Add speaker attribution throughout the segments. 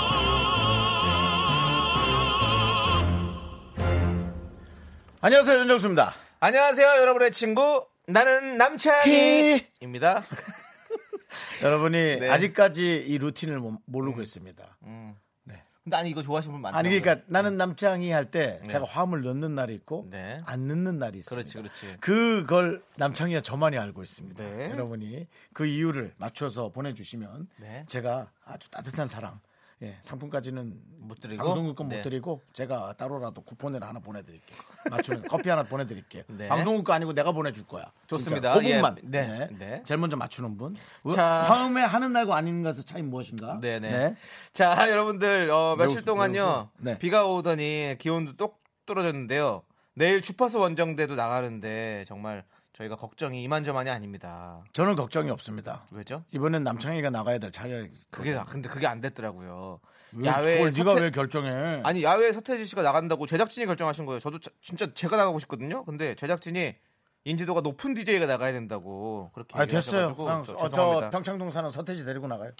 Speaker 1: 안녕하세요 윤정수입니다.
Speaker 2: 안녕하세요, 여러분의 친구. 나는 남창희입니다.
Speaker 1: 여러분이
Speaker 2: 네.
Speaker 1: 아직까지 이 루틴을 모- 모르고 있습니다.
Speaker 2: 근데 아니 이거 좋아하시는 분 많아요.
Speaker 1: 아니 그러니까 나는 남창이 할 때 제가 화음을 넣는 날이 있고
Speaker 2: 네.
Speaker 1: 안 넣는 날이 있습니다.
Speaker 2: 그렇지, 그렇지.
Speaker 1: 그걸 남창이와 저만이 알고 있습니다.
Speaker 2: 네.
Speaker 1: 여러분이 그 이유를 맞춰서 보내주시면
Speaker 2: 네.
Speaker 1: 제가 아주 따뜻한 사랑. 예, 상품까지는
Speaker 2: 못 드리고?
Speaker 1: 방송국 건못
Speaker 2: 네.
Speaker 1: 드리고 제가 따로라도 쿠폰을 하나 보내드릴게요. 맞추는 커피 하나 보내드릴게요.
Speaker 2: 네.
Speaker 1: 방송국 거 아니고 내가 보내줄 거야.
Speaker 2: 좋습니다.
Speaker 1: 진짜로. 그 부분만.
Speaker 2: 예, 네,
Speaker 1: 네.
Speaker 2: 네.
Speaker 1: 제일 먼저 맞추는 분.
Speaker 2: 자.
Speaker 1: 화음에 하는 날과 아닌 것의 차이 무엇인가?
Speaker 2: 네네.
Speaker 1: 네.
Speaker 2: 자, 여러분들 어, 며칠
Speaker 1: 매우-
Speaker 2: 동안요
Speaker 1: 매우- 네.
Speaker 2: 비가 오더니 기온도 똑 떨어졌는데요. 내일 주파수 원정대도 나가는데 정말 저희가 걱정이 이만저만이 아닙니다.
Speaker 1: 저는 걱정이 없습니다.
Speaker 2: 왜죠?
Speaker 1: 이번엔 남창희가 나가야 될 차례.
Speaker 2: 그게 나- 근데 그게 안 됐더라고요.
Speaker 1: 왜 그걸 네가
Speaker 2: 서태-
Speaker 1: 왜 결정해?
Speaker 2: 아니 야외 서태지 씨가 나간다고 제작진이 결정하신 거예요. 저도 자- 진짜 제가 나가고 싶거든요. 근데 제작진이 인지도가 높은 DJ가 나가야 된다고 그렇게
Speaker 1: 아 됐어요.
Speaker 2: 얘기하셔가지고
Speaker 1: 그냥
Speaker 2: 저,
Speaker 1: 어,
Speaker 2: 죄송합니다.
Speaker 1: 저 평창동 사는 서태지 데리고 나가요.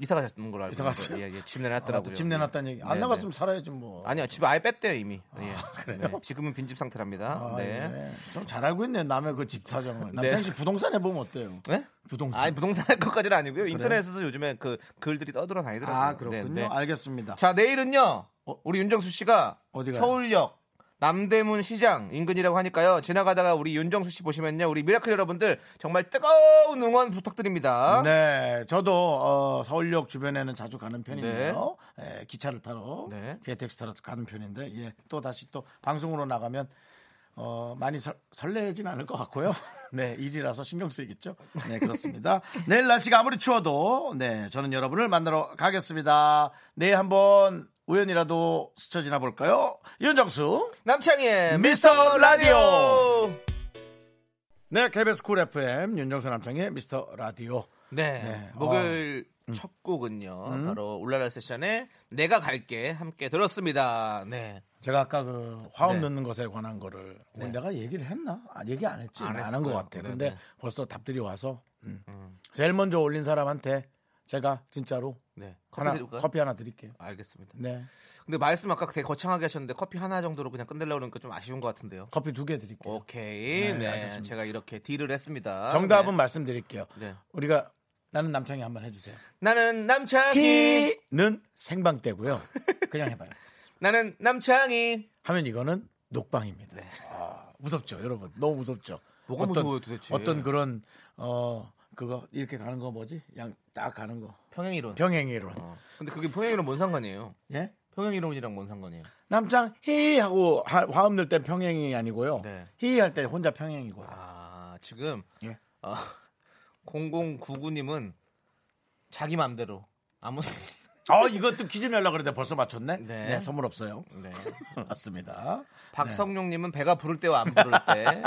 Speaker 2: 이사 가셨는 걸로 알고
Speaker 1: 이사 갔어요?
Speaker 2: 있어요. 예, 예, 집
Speaker 1: 아,
Speaker 2: 내놨더라고요.
Speaker 1: 또집 내놨다는 얘기. 안
Speaker 2: 네,
Speaker 1: 나갔으면
Speaker 2: 네.
Speaker 1: 살아야지 뭐.
Speaker 2: 아니요 집 아예 뺐대요 이미. 예. 네, 지금은 빈집 상태랍니다.
Speaker 1: 아,
Speaker 2: 네.
Speaker 1: 예. 좀잘 알고 있네 남의 그 집 사정을.
Speaker 2: 네.
Speaker 1: 남창희 씨 부동산 해보면 어때요?
Speaker 2: 네?
Speaker 1: 부동산.
Speaker 2: 아니 부동산 할 것까지는 아니고요. 인터넷에서 요즘에 그 글들이 떠돌아 다니더라고요.
Speaker 1: 아, 그렇군요.
Speaker 2: 네, 네.
Speaker 1: 알겠습니다.
Speaker 2: 자 내일은요 우리 윤정수 씨가
Speaker 1: 어? 어디 가요?
Speaker 2: 서울역 남대문 시장 인근이라고 하니까요 지나가다가 우리 윤정수 씨 보시면요 우리 미라클 여러분들 정말 뜨거운 응원 부탁드립니다
Speaker 1: 네, 저도 어, 서울역 주변에는 자주 가는 편인데요. 예, 기차를 타러
Speaker 2: 네.
Speaker 1: KTX 타러 가는 편인데 예, 또 다시 또 방송으로 나가면 어, 많이 설, 설레진 않을 것 같고요. 네, 일이라서 신경 쓰이겠죠. 네, 그렇습니다. 내일 날씨가 아무리 추워도 네, 저는 여러분을 만나러 가겠습니다. 내일 한번 우연이라도 스쳐 지나 볼까요? 윤정수
Speaker 2: 남창희의
Speaker 1: 미스터 라디오.
Speaker 2: 미스터
Speaker 1: 네, KBS 쿨 FM 윤정수 남창의 미스터 라디오.
Speaker 2: 네,
Speaker 1: 네, 음?
Speaker 2: 목요일 첫 곡은요 바로 울랄라 세션의 내가 갈게 함께 들었습니다 네
Speaker 1: 제가 아까 그 화음
Speaker 2: 네.
Speaker 1: 넣는 것에 관한 거를 오늘 내가 얘기를 했나? 아, 얘기 안 했지. 안
Speaker 2: 안
Speaker 1: 한
Speaker 2: 했을
Speaker 1: 것
Speaker 2: 거예요.
Speaker 1: 같아.
Speaker 2: 네,
Speaker 1: 근데
Speaker 2: 네.
Speaker 1: 벌써 답들이 와서 음. 제일 먼저 올린 사람한테 제가 진짜로
Speaker 2: 네. 커피
Speaker 1: 하나
Speaker 2: 드릴까요?
Speaker 1: 커피 하나 드릴게요.
Speaker 2: 알겠습니다
Speaker 1: 네,
Speaker 2: 근데 말씀 아까 되게 거창하게 하셨는데 커피 하나 정도로 그냥 끝내려고 그러니까 좀 아쉬운 것 같은데요
Speaker 1: 커피 두 개 드릴게요.
Speaker 2: 오케이.
Speaker 1: 네,
Speaker 2: 네.
Speaker 1: 알겠습니다.
Speaker 2: 제가 이렇게 딜을 했습니다.
Speaker 1: 정답은
Speaker 2: 네.
Speaker 1: 말씀드릴게요.
Speaker 2: 네.
Speaker 1: 우리가 나는 남창이 한번 해주세요.
Speaker 2: 나는 남창희.
Speaker 1: 키는 생방때고요. 그냥 해봐요.
Speaker 2: 나는 남창희.
Speaker 1: 하면 이거는 녹방입니다. 아, 무섭죠, 여러분. 너무 무섭죠.
Speaker 2: 네. 뭐가 무서워요, 도대체?
Speaker 1: 어떤 그런 어 그거 이렇게 가는 거 뭐지? 양 딱 가는 거.
Speaker 2: 평행이론.
Speaker 1: 병행이론.
Speaker 2: 어. 근데 그게 평행이론 뭔 상관이에요?
Speaker 1: 예?
Speaker 2: 평행이론이랑 뭔 상관이에요?
Speaker 1: 남창 히 하고 하- 화음 넣을 땐 평행이 아니고요.
Speaker 2: 네.
Speaker 1: 히 할 때 혼자 평행이고요.
Speaker 2: 아, 지금
Speaker 1: 예.
Speaker 2: 어, 0099님은 자기 맘대로 아무
Speaker 1: 어, 이것도 퀴즈 내려고 그랬는데 벌써 맞췄네?
Speaker 2: 네.
Speaker 1: 선물 없어요.
Speaker 2: 네.
Speaker 1: 맞습니다.
Speaker 2: 박성룡 님은 배가 부를 때와 안 부를 때.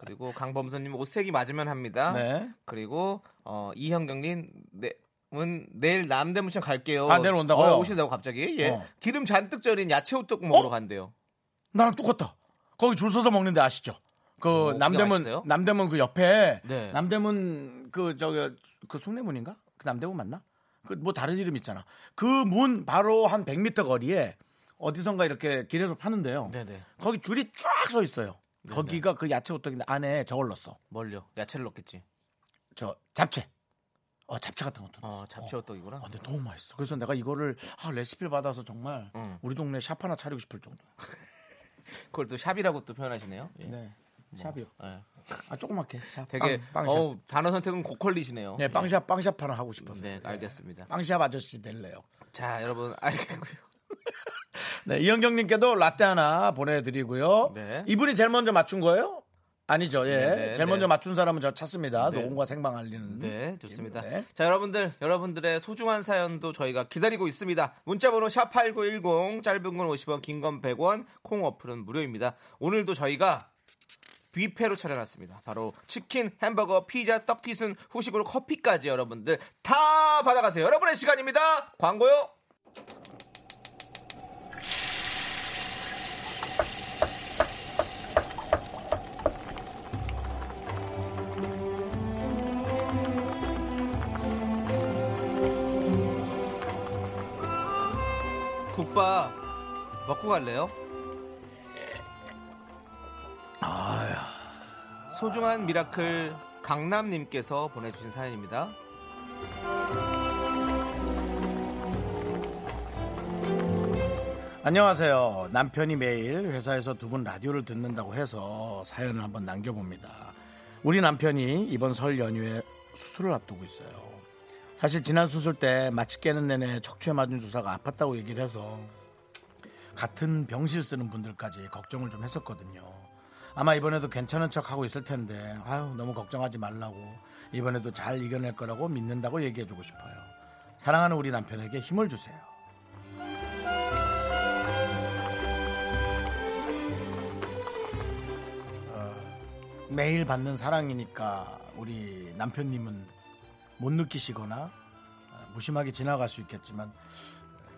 Speaker 2: 그리고 강범선 님은 옷색이 맞으면 합니다.
Speaker 1: 네.
Speaker 2: 그리고 어, 이현경 님은 내일 남대문시장 갈게요.
Speaker 1: 아, 내일 온다고요?
Speaker 2: 어, 오신다고 갑자기. 예.
Speaker 1: 어.
Speaker 2: 기름 잔뜩 절인 야채 호떡 먹으러
Speaker 1: 어?
Speaker 2: 간대요.
Speaker 1: 나랑 똑같다. 거기 줄 서서 먹는데 아시죠? 그
Speaker 2: 뭐, 그게
Speaker 1: 남대문
Speaker 2: 맛있어요?
Speaker 1: 남대문 그 옆에
Speaker 2: 네.
Speaker 1: 남대문 그 저기 그 숭례문인가? 그 남대문 맞나? 그 뭐 다른 이름 있잖아. 그 문 바로 한 100m 거리에 어디선가 이렇게 길에서 파는데요.
Speaker 2: 네네. 네,
Speaker 1: 거기 줄이 쫙 서 있어요. 거기가 그 야채 호떡인데 안에 저걸 넣었어.
Speaker 2: 멀려. 야채를 넣겠지.
Speaker 1: 저 잡채. 어 잡채 같은 것도.
Speaker 2: 어, 잡채
Speaker 1: 어.
Speaker 2: 호떡이구나.
Speaker 1: 아, 근데 너무 맛있어. 그래서 내가 이거를 아, 레시피를 받아서 정말
Speaker 2: 응.
Speaker 1: 우리 동네 샵 하나 차리고 싶을 정도.
Speaker 2: 그걸 또 샵이라고 또 표현하시네요. 예.
Speaker 1: 네. 샵이요.
Speaker 2: 예.
Speaker 1: 아 조그맣게. 샵.
Speaker 2: 되게
Speaker 1: 빵, 빵샵.
Speaker 2: 어우, 단어 선택은 고퀄리시네요.
Speaker 1: 네, 빵샵 빵샵 하나 하고 싶어서.
Speaker 2: 예.
Speaker 1: 예.
Speaker 2: 네, 알겠습니다.
Speaker 1: 빵샵 아저씨 될래요.
Speaker 2: 자, 여러분 알겠고요.
Speaker 1: 네, 이현경 님께도 라떼 하나 보내 드리고요.
Speaker 2: 네.
Speaker 1: 이분이 제일 먼저 맞춘 거예요? 아니죠. 예.
Speaker 2: 네, 네,
Speaker 1: 제일
Speaker 2: 네.
Speaker 1: 먼저 맞춘 사람은 저 찾습니다.
Speaker 2: 네.
Speaker 1: 녹음과 생방 알리는.
Speaker 2: 네, 좋습니다.
Speaker 1: 네.
Speaker 2: 자, 여러분들, 여러분들의 소중한 사연도 저희가 기다리고 있습니다. 문자번호 샵8910, 짧은 건 50원, 긴 건 100원, 콩 어플은 무료입니다. 오늘도 저희가 뷔페로 차려놨습니다. 바로 치킨, 햄버거, 피자, 떡튀순, 후식으로 커피까지 여러분들 다 받아가세요. 여러분의 시간입니다. 광고요. 국밥 먹고 갈래요? 소중한 미라클 강남님께서 보내주신 사연입니다.
Speaker 1: 안녕하세요. 남편이 매일 회사에서 두 분 라디오를 듣는다고 해서 사연을 한번 남겨봅니다. 우리 남편이 이번 설 연휴에 수술을 앞두고 있어요. 사실 지난 수술 때 마취 깨는 내내 척추에 맞은 주사가 아팠다고 얘기를 해서 같은 병실 쓰는 분들까지 걱정을 좀 했었거든요. 아마 이번에도 괜찮은 척 하고 있을 텐데 아유 너무 걱정하지 말라고 이번에도 잘 이겨낼 거라고 믿는다고 얘기해주고 싶어요. 사랑하는 우리 남편에게 힘을 주세요. 매일 받는 사랑이니까 우리 남편님은 못 느끼시거나 어, 무심하게 지나갈 수 있겠지만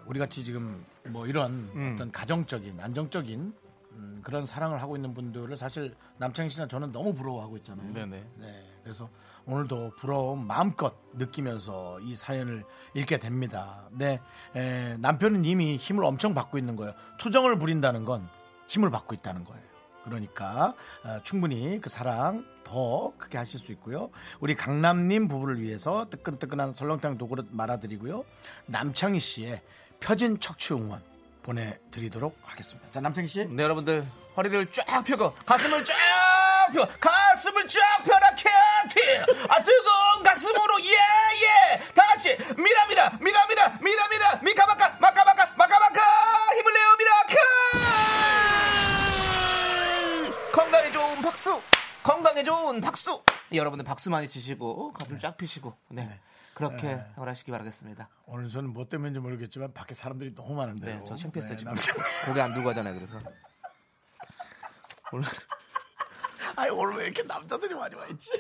Speaker 1: 우리 같이 지금 뭐 이런
Speaker 2: 음.
Speaker 1: 어떤 가정적인 안정적인 음, 그런 사랑을 하고 있는 분들을 사실 남창희 씨나 저는 너무 부러워하고 있잖아요.
Speaker 2: 네네.
Speaker 1: 네, 그래서 오늘도 부러움 마음껏 느끼면서 이 사연을 읽게 됩니다. 네, 에, 남편은 이미 힘을 엄청 받고 있는 거예요. 투정을 부린다는 건 힘을 받고 있다는 거예요. 그러니까 어, 충분히 그 사랑 더 크게 하실 수 있고요. 우리 강남님 부부를 위해서 뜨끈뜨끈한 설렁탕 두 그릇 말아드리고요. 남창희 씨의 펴진 척추 응원 보내드리도록 하겠습니다. 자, 남창희 씨.
Speaker 2: 네 여러분들 허리를 쫙 펴고 가슴을 쫙 펴, 가슴을 쫙 펴라 캡틴. 아 뜨거운 가슴으로 예예. 다 같이 미라미라 미라미라 미라미라 미카마카 마카마카 마카마카 힘을 내요 미라클. 건강에 좋은 박수. 건강에 좋은 박수. 여러분들 박수 많이 치시고 가슴 쫙 펴시고 네. 그렇게 하시기 바라겠습니다.
Speaker 1: 오늘 저는 뭐 때문인지 모르겠지만 밖에 사람들이 너무 많은데요.
Speaker 2: 네, 저 창피했어요, 지금.
Speaker 1: 남창희-
Speaker 2: 고개 안 들고 하잖아요. 그래서 오늘
Speaker 1: 아니 오늘 왜 이렇게 남자들이 많이 와 있지?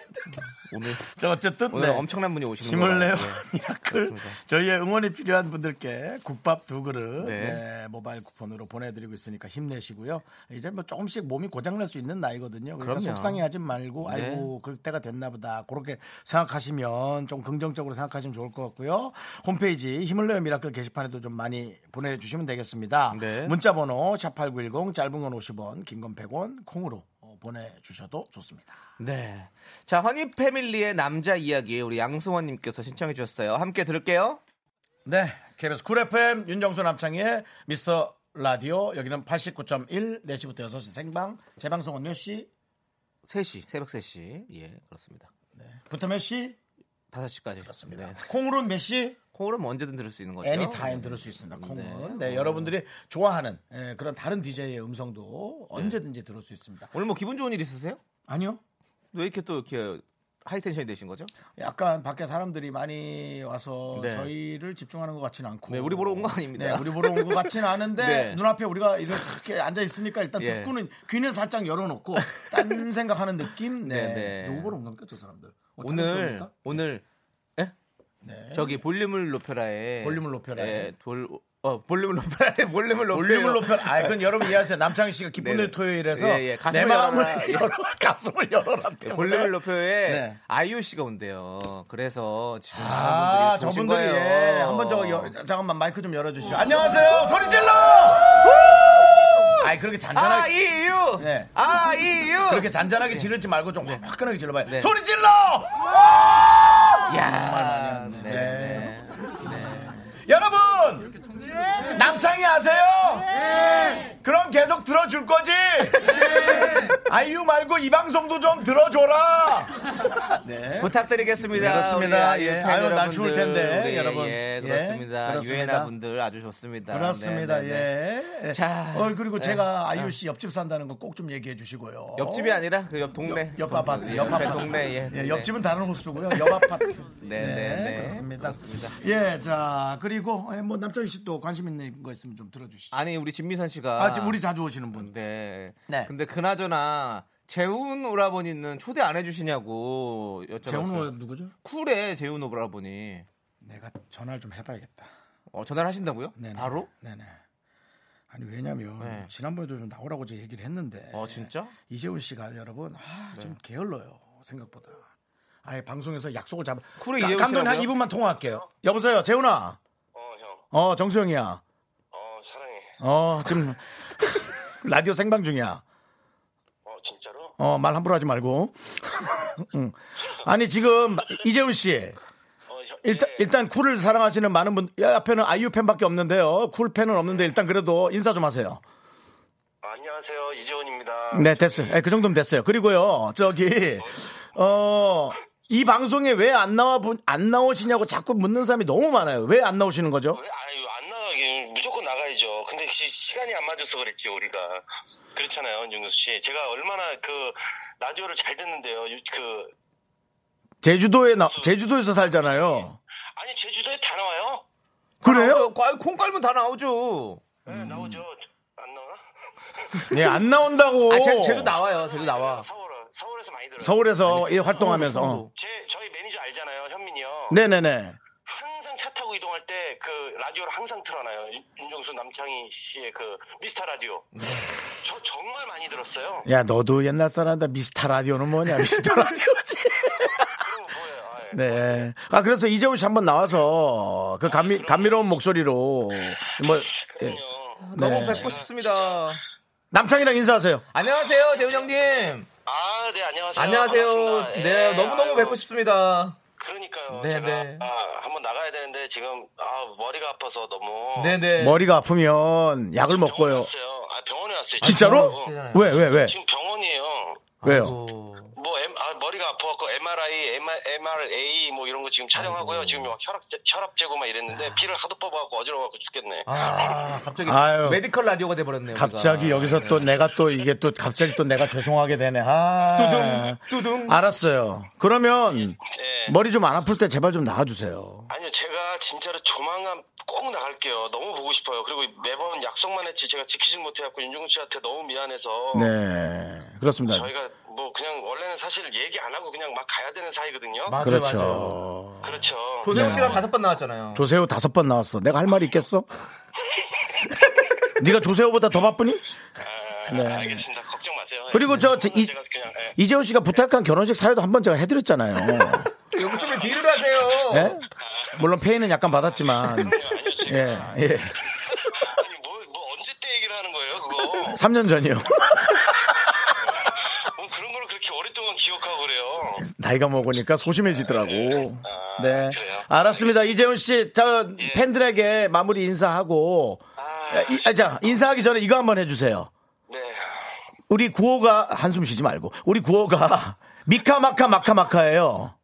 Speaker 2: 오늘
Speaker 1: 자 어쨌든
Speaker 2: 오늘
Speaker 1: 네.
Speaker 2: 엄청난 분이 오시는
Speaker 1: 힘을
Speaker 2: 거예요.
Speaker 1: 내요 미라클
Speaker 2: 그렇습니다.
Speaker 1: 저희의 응원이 필요한 분들께 국밥 두 그릇
Speaker 2: 네.
Speaker 1: 네, 모바일 쿠폰으로 보내드리고 있으니까 힘내시고요 이제 뭐 조금씩 몸이 고장날 수 있는 나이거든요 그러니까
Speaker 2: 그럼요.
Speaker 1: 속상해하지 말고
Speaker 2: 네.
Speaker 1: 아이고 그럴 때가 됐나 보다 그렇게 생각하시면 좀 긍정적으로 생각하시면 좋을 것 같고요 홈페이지 힘을 내요 미라클 게시판에도 좀 많이 보내주시면 되겠습니다
Speaker 2: 네.
Speaker 1: 문자번호 샵8910 짧은 건 50원 긴 건 100원 콩으로 어, 보내주셔도 좋습니다
Speaker 2: 네. 자, 허니 패밀리의 남자 이야기 우리 양승원 님께서 신청해 주셨어요. 함께 들을게요.
Speaker 1: 네, KBS 쿨 FM 윤정수 남창희의 미스터 라디오 여기는 89.1 4시부터 6시 생방 재방송은 몇 시?
Speaker 2: 3시, 새벽 3시. 예, 그렇습니다.
Speaker 1: 부터 몇 시?
Speaker 2: 5시까지.
Speaker 1: 그렇습니다.
Speaker 2: 네.
Speaker 1: 콩으로는 몇 시?
Speaker 2: 콩으로는 뭐 언제든 들을 수 있는 거죠. 네.
Speaker 1: 애니타임 들을 수 있습니다. 콩은 네, 여러분들이 좋아하는 예, 그런 다른 DJ의 음성도 언제든지 들을 수 있습니다.
Speaker 2: 오늘 뭐 기분 좋은 일 있으세요?
Speaker 1: 아니요.
Speaker 2: 왜 이렇게 또 이렇게 하이텐션이 되신 거죠?
Speaker 1: 약간 밖에 사람들이 많이 와서
Speaker 2: 네.
Speaker 1: 저희를 집중하는 것 같지는 않고.
Speaker 2: 네, 우리 보러 온거 아닙니다.
Speaker 1: 네, 우리 보러 온 것 같지는 않은데
Speaker 2: 네.
Speaker 1: 눈앞에 우리가 이렇게 앉아 있으니까 일단
Speaker 2: 예.
Speaker 1: 듣고는 귀는 살짝 열어놓고 딴 생각하는 느낌. 네,
Speaker 2: 네, 네.
Speaker 1: 누구 보러 온 겁니까 저 사람들? 어, 다른
Speaker 2: 오늘
Speaker 1: 겁니까?
Speaker 2: 오늘 예?
Speaker 1: 네.
Speaker 2: 저기 볼륨을 높여라에
Speaker 1: 볼륨을 높여라에.
Speaker 2: 예, 돌, 어, 볼륨을 높여라에 볼륨을 높여
Speaker 1: 볼륨을 높여. 아, 그건 여러분 이해하세요. 남창희 씨가 기쁜
Speaker 2: 네.
Speaker 1: 일 토요일에서
Speaker 2: 예, 예.
Speaker 1: 내
Speaker 2: 가슴을 열어라.
Speaker 1: 마음을
Speaker 2: 예.
Speaker 1: 열어 가슴을 열어라. 때문에.
Speaker 2: 볼륨을 예, 높여에
Speaker 1: 네.
Speaker 2: 아이유 씨가 온대요. 그래서 지금
Speaker 1: 아,
Speaker 2: 많은 분들이
Speaker 1: 저분들이
Speaker 2: 오신 거예요.
Speaker 1: 예, 한번 저 여- 잠깐만 마이크 좀 열어주시죠. 안녕하세요. 소리 질러. 아이 그렇게 잔잔하게
Speaker 2: 아이유,
Speaker 1: 네.
Speaker 2: 아이유.
Speaker 1: 그렇게 잔잔하게 지르지 말고 좀 화끈하게 질러봐요.
Speaker 2: 네.
Speaker 1: 소리 질러!
Speaker 2: 야,
Speaker 1: 많이 왔네.
Speaker 2: 네.
Speaker 1: 네.
Speaker 2: 네.
Speaker 1: 여러분! 남창희 아세요? 그럼 계속 들어줄 거지? 네. 아이유 말고 이 방송도 좀 들어줘라! 네.
Speaker 2: 부탁드리겠습니다.
Speaker 1: 네, 그렇습니다.
Speaker 2: 우리 아이유
Speaker 1: 예.
Speaker 2: 팬
Speaker 1: 아유, 날
Speaker 2: 여러분들.
Speaker 1: 추울 텐데,
Speaker 2: 네,
Speaker 1: 여러분. 예,
Speaker 2: 예, 그렇습니다.
Speaker 1: 그렇습니다.
Speaker 2: 유엔아 분들 아주 좋습니다.
Speaker 1: 그렇습니다.
Speaker 2: 네, 네, 네.
Speaker 1: 예. 예.
Speaker 2: 자.
Speaker 1: 어, 그리고
Speaker 2: 네.
Speaker 1: 제가 아이유 씨 옆집 산다는 거 꼭 좀 얘기해 주시고요.
Speaker 2: 옆집이 아니라 그 옆 동네.
Speaker 1: 옆 아파트,
Speaker 2: 예,
Speaker 1: 옆
Speaker 2: 옆에
Speaker 1: 아파트.
Speaker 2: 동네. 예,
Speaker 1: 예,
Speaker 2: 네.
Speaker 1: 옆집은 다른 호수고요. 옆 아파트.
Speaker 2: 네, 네, 네.
Speaker 1: 그렇습니다.
Speaker 2: 그렇습니다.
Speaker 1: 예, 자 그리고 예, 뭐 남창희 씨도 관심 있는 거
Speaker 2: 아,
Speaker 1: 있으면 좀 들어주시죠.
Speaker 2: 아니 우리 진미선 씨가
Speaker 1: 아, 지금 우리 자주 오시는 분.
Speaker 2: 네.
Speaker 1: 네.
Speaker 2: 근데 그나저나 재훈 오라버니는 초대 안 해주시냐고 여쭤봤어요.
Speaker 1: 재훈호 누구죠?
Speaker 2: 쿨의 재훈 오라버니
Speaker 1: 내가 전화를 좀 해봐야겠다.
Speaker 2: 어, 전화를 하신다고요?
Speaker 1: 네네.
Speaker 2: 바로?
Speaker 1: 네네. 아니 왜냐면
Speaker 2: 네.
Speaker 1: 지난번에도 좀 나오라고 제 얘기를 했는데
Speaker 2: 어 진짜? 네.
Speaker 1: 이재훈 씨가 여러분 아, 좀 게을러요 생각보다. 아예 방송에서 약속을 잡아.
Speaker 2: 쿨의
Speaker 1: 가-
Speaker 2: 이재훈
Speaker 1: 감독님 한
Speaker 2: 씨라고요?
Speaker 1: 2분만 통화할게요. 여보세요, 재훈아.
Speaker 3: 어, 형.
Speaker 1: 어 정수영이야.
Speaker 3: 어, 사랑해.
Speaker 1: 어 지금 라디오 생방 중이야.
Speaker 3: 어, 진짜로?
Speaker 1: 어 말 함부로 하지 말고. 응. 아니 지금 이재훈 씨.
Speaker 3: 어, 형.
Speaker 1: 일단,
Speaker 3: 예.
Speaker 1: 일단 쿨을 사랑하시는 많은 분 야, 앞에는 아이유 팬밖에 없는데요. 쿨 팬은 없는데 일단 그래도 인사 좀 하세요.
Speaker 3: 아, 안녕하세요. 이재훈입니다.
Speaker 1: 네, 됐어요. 예, 그 정도면 됐어요. 그리고요, 저기, 어, 이 방송에 왜 안 나와, 보- 안 나오시냐고 자꾸 묻는 사람이 너무 많아요. 왜 안 나오시는 거죠?
Speaker 3: 어, 왜, 아유, 안 나가게. 무조건 나가야죠. 근데 시, 간이안 맞아서 그랬죠, 우리가. 그렇잖아요, 윤수 씨. 제가 얼마나 그, 라디오를 잘 듣는데요. 유- 그,
Speaker 1: 제주도에, 나, 제주도에서 살잖아요.
Speaker 3: 아니, 제주도에 다 나와요?
Speaker 1: 그래요?
Speaker 2: 아, 콩 깔면 다 나오죠.
Speaker 3: 네,
Speaker 1: 음.
Speaker 3: 나오죠. 안 나와?
Speaker 1: 네, 안 나온다고.
Speaker 2: 아, 제, 제도 나와요. 제도 나와.
Speaker 3: 서울, 서울에서 많이 들어요.
Speaker 1: 서울에서 일 활동하면서. 어.
Speaker 3: 제, 저희 매니저 알잖아요, 현민이요.
Speaker 1: 네네네.
Speaker 3: 항상 차 타고 이동할 때 그 라디오를 항상 틀어놔요. 윤- 윤정수 남창희 씨의 그 미스터 라디오. 저 정말 많이 들었어요.
Speaker 1: 야, 너도 옛날 사람이다. 미스터 라디오는 뭐냐? 미스터 라디오지.
Speaker 3: 그럼 뭐예요? 아, 예.
Speaker 1: 네. 아, 그래서 이재훈 씨 한번 나와서
Speaker 2: 아,
Speaker 1: 그 감미, 감미로운 목소리로 뭐, 예.
Speaker 3: 그럼요.
Speaker 2: 너무
Speaker 1: 네.
Speaker 2: 뵙고 싶습니다.
Speaker 1: 남창이랑 인사하세요.
Speaker 2: 안녕하세요, 재훈 형님.
Speaker 3: 아, 네, 안녕하세요.
Speaker 2: 안녕하세요.
Speaker 3: 반갑습니다.
Speaker 2: 네,
Speaker 3: 예,
Speaker 2: 너무너무
Speaker 3: 아유,
Speaker 2: 뵙고 싶습니다.
Speaker 3: 그러니까요.
Speaker 2: 네,
Speaker 3: 제가
Speaker 2: 네.
Speaker 3: 아, 한번 나가야 되는데 지금 아, 머리가 아파서 너무
Speaker 2: 네네.
Speaker 1: 머리가 아프면 약을
Speaker 3: 지금 병원에
Speaker 1: 먹고요.
Speaker 3: 왔어요. 아, 병원에 왔어요.
Speaker 1: 진짜로?
Speaker 3: 지금.
Speaker 2: 어.
Speaker 1: 왜, 왜, 왜?
Speaker 3: 지금 병원이에요.
Speaker 1: 왜요?
Speaker 3: 뭐 M, 아, 머리가 아파갖고 MRI, MR, a 뭐 이런 거 지금 촬영하고요. 지금 막 혈압 혈압 재고 막 이랬는데 피를 하도 뽑아갖고 어지러워갖고 죽겠네.
Speaker 2: 아, 갑자기
Speaker 1: 아유.
Speaker 2: 메디컬 라디오가 돼버렸네요. 우리가.
Speaker 1: 갑자기 여기서 또 내가 또 이게 또 갑자기 또 내가 죄송하게 되네. 아.
Speaker 2: 뚜둥 뚜둥.
Speaker 1: 알았어요. 그러면
Speaker 3: 네.
Speaker 1: 머리 좀 안 아플 때 제발 좀 나와주세요.
Speaker 3: 아니요, 제가 진짜로 조만간 꼭 나갈게요. 너무 보고 싶어요. 그리고 매번 약속만 했지 제가 지키지 못해갖고 윤종신 씨한테 너무 미안해서
Speaker 1: 네. 그렇습니다.
Speaker 3: 저희가 뭐 그냥 원래는 사실 얘기 안 하고 그냥 막 가야 되는 사이거든요.
Speaker 2: 맞아요,
Speaker 1: 그렇죠.
Speaker 2: 맞아요.
Speaker 3: 그렇죠.
Speaker 2: 조세호
Speaker 1: 네.
Speaker 2: 씨가 다섯 번 나왔잖아요.
Speaker 1: 조세호 다섯 번 나왔어. 내가 할 말이 있겠어? 네가 조세호보다 더 바쁘니?
Speaker 3: 아,
Speaker 1: 네.
Speaker 3: 알겠습니다. 걱정 마세요. 예.
Speaker 1: 그리고 저, 저 이-
Speaker 3: 제가 그냥 예.
Speaker 1: 이재훈 씨가 부탁한 결혼식 사회도 한 번 제가 해드렸잖아요.
Speaker 2: 여기서 왜 딜을 하세요?
Speaker 1: 예? 물론 페이는 약간
Speaker 3: 네,
Speaker 1: 받았지만
Speaker 3: 아니요, 제가
Speaker 1: 예, 예.
Speaker 3: 아니 뭐, 뭐 언제 때 얘기를 하는 거예요, 그거?
Speaker 1: 3년 전이요.
Speaker 3: 뭐 그런 걸 그렇게 오랫동안 기억하고 그래요.
Speaker 1: 나이가 먹으니까 소심해지더라고.
Speaker 3: 아,
Speaker 1: 네.
Speaker 3: 그래요? 예.
Speaker 1: 알았습니다. 이재훈 씨, 저 팬들에게 마무리 인사하고
Speaker 3: 아,
Speaker 1: 이- 아, 자, 인사하기 전에 이거 한번 해 주세요.
Speaker 3: 네.
Speaker 1: 우리 구호가 한숨 쉬지 말고 우리 구호가 미카 마카 마카 마카예요.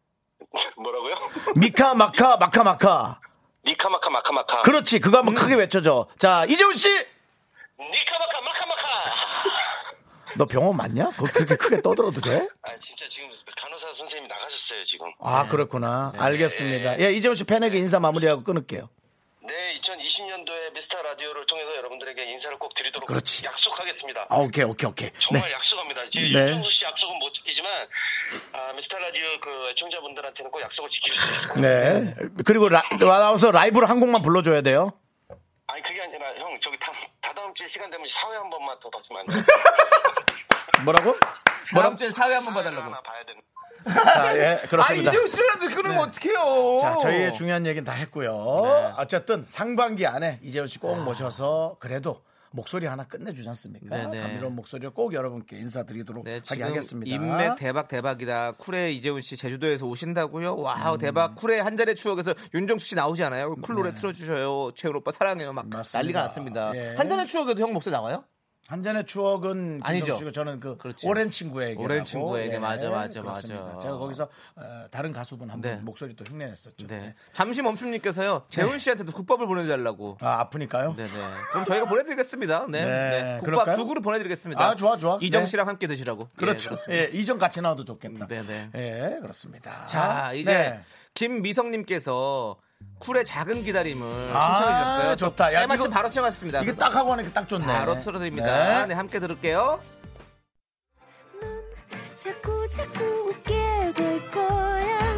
Speaker 3: 뭐라고요?
Speaker 1: 미카 마카 마카 마카.
Speaker 3: 니카마카 마카마카.
Speaker 1: 그렇지. 그거 한번 크게 외쳐줘. 자, 이재훈 씨.
Speaker 3: 니카마카 마카마카.
Speaker 1: 너 병원 맞냐? 그거 그렇게 크게 떠들어도 돼?
Speaker 3: 아 진짜 지금 간호사 선생님이 나가셨어요 지금.
Speaker 1: 아,
Speaker 2: 네.
Speaker 1: 그렇구나. 알겠습니다. 예, 이재훈 씨 팬에게 인사 마무리하고 끊을게요.
Speaker 3: 네, 2020년도에 미스터 라디오를 통해서 여러분들에게 인사를 꼭 드리도록
Speaker 1: 그렇지.
Speaker 3: 약속하겠습니다.
Speaker 1: 아, 오케이, 오케이, 오케이. 네.
Speaker 3: 정말 약속합니다. 이제
Speaker 1: 네.
Speaker 3: 윤정수 씨 약속은 못 지키지만 아, 미스터 라디오 그 애청자분들한테는 꼭 약속을 지킬 수 있을 겁니다.
Speaker 1: 네. 그리고 라, 나와서 라이브로 한 곡만 불러줘야 돼요.
Speaker 3: 아니 그게 아니라 형 저기 다, 다다음 주에 시간 되면 사회 한 번만 더 받으면 안 돼요?
Speaker 1: 뭐라고?
Speaker 2: 다음 주에 사회 한번 봐달라고.
Speaker 3: 하나 봐야 되는.
Speaker 1: 자, 예,
Speaker 2: 아
Speaker 1: 그렇습니다. 네.
Speaker 2: 이재훈 씨라도 끊으면 어떡해요?
Speaker 1: 자, 저희의 중요한 얘기는 다 했고요.
Speaker 2: 네.
Speaker 1: 어쨌든 상반기 안에 이재훈 씨 꼭 모셔서 그래도 목소리 하나 끝내주지 않습니까?
Speaker 2: 아. 네, 네.
Speaker 1: 감미로운 목소리를 꼭 여러분께 인사드리도록
Speaker 2: 네,
Speaker 1: 하게
Speaker 2: 지금
Speaker 1: 하겠습니다.
Speaker 2: 인맥 대박 대박이다. 쿨의 이재훈 씨 제주도에서 오신다고요? 와우
Speaker 1: 음.
Speaker 2: 대박. 쿨의 한 잔의 추억에서 윤정수 씨 나오지 않아요? 쿨 노래 틀어주셔요. 최은 오빠 사랑해요. 막
Speaker 1: 네. 맞습니다.
Speaker 2: 난리가 났습니다.
Speaker 1: 예.
Speaker 2: 한 잔의 추억에도 형 목소리 나와요?
Speaker 1: 한 잔의 추억은
Speaker 2: 아니죠.
Speaker 1: 아니죠. 씨고 저는 그
Speaker 2: 그렇지.
Speaker 1: 오랜 친구에게 예,
Speaker 2: 오랜 친구에게. 맞아, 맞아, 맞아.
Speaker 1: 제가 거기서 어, 다른 가수분 한 분
Speaker 2: 네.
Speaker 1: 목소리 또 흉내냈었죠.
Speaker 2: 네. 잠시 멈춤님께서요.
Speaker 1: 네.
Speaker 2: 재훈 씨한테도 국밥을 보내달라고.
Speaker 1: 아 아프니까요?
Speaker 2: 네네. 그럼 저희가 보내드리겠습니다. 네.
Speaker 1: 네,
Speaker 2: 네. 국밥
Speaker 1: 그럴까요?
Speaker 2: 두 그릇 보내드리겠습니다.
Speaker 1: 아, 좋아, 좋아.
Speaker 2: 이정
Speaker 1: 네.
Speaker 2: 씨랑 함께 드시라고. 예,
Speaker 1: 그렇죠.
Speaker 2: 그렇습니다.
Speaker 1: 예, 이전 같이 나와도 좋겠다.
Speaker 2: 네, 네.
Speaker 1: 예, 그렇습니다.
Speaker 2: 자 아, 이제
Speaker 1: 네.
Speaker 2: 김미성님께서 쿨의 작은 기다림을
Speaker 1: 아,
Speaker 2: 신청해 주셨어요.
Speaker 1: 좋다. 야,
Speaker 2: 마침
Speaker 1: 이거-
Speaker 2: 바로 채웠습니다.
Speaker 1: 이게 딱 하고 하니까 딱 좋네.
Speaker 2: 바로 틀어드립니다. 네,
Speaker 1: 네.
Speaker 2: 함께 들을게요.
Speaker 4: 넌 자꾸 웃게 될 거야.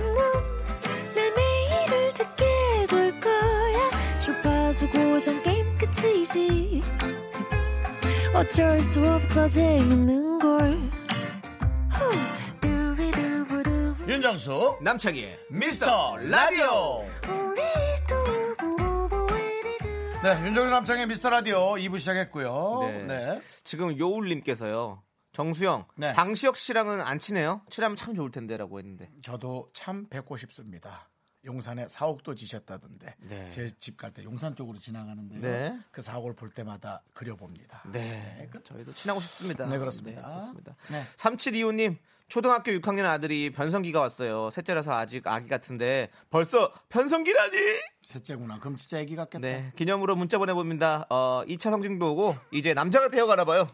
Speaker 4: 넌내 매일을 듣게 될 거야. 주파수 고정 게임 끝이지. 어쩔 수 없어 재밌는 걸. 후. 두비두부두.
Speaker 1: 윤정수
Speaker 2: 남창희의 네. 미스터 라디오
Speaker 4: 우리 두부부부 우리 두부부.
Speaker 1: 네 윤정수 남창의 미스터 라디오 2부 시작했고요
Speaker 2: 네.
Speaker 1: 네.
Speaker 2: 지금 요울님께서요 정수영
Speaker 1: 네.
Speaker 2: 방시혁 씨랑은 안 친해요? 친하면 참 좋을 텐데라고 했는데
Speaker 1: 저도 참 뵙고 싶습니다. 용산에 사옥도 지셨다던데
Speaker 2: 네.
Speaker 1: 제 집 갈 때 용산 쪽으로 지나가는데요.
Speaker 2: 네.
Speaker 1: 그 사옥을 볼 때마다 그려봅니다.
Speaker 2: 네, 저희도 친하고 싶습니다.
Speaker 1: 그렇죠. 네, 그렇습니다.
Speaker 2: 그렇습니다.
Speaker 1: 네.
Speaker 2: 3725님, 초등학교 6학년 아들이 변성기가 왔어요. 셋째라서 아직 아기 같은데 벌써 변성기라니?
Speaker 1: 셋째구나. 그럼 진짜 애기 같겠다.
Speaker 2: 네, 기념으로 문자 보내봅니다. 어, 2차 성징도 오고 이제 남자가 되어가나 봐요.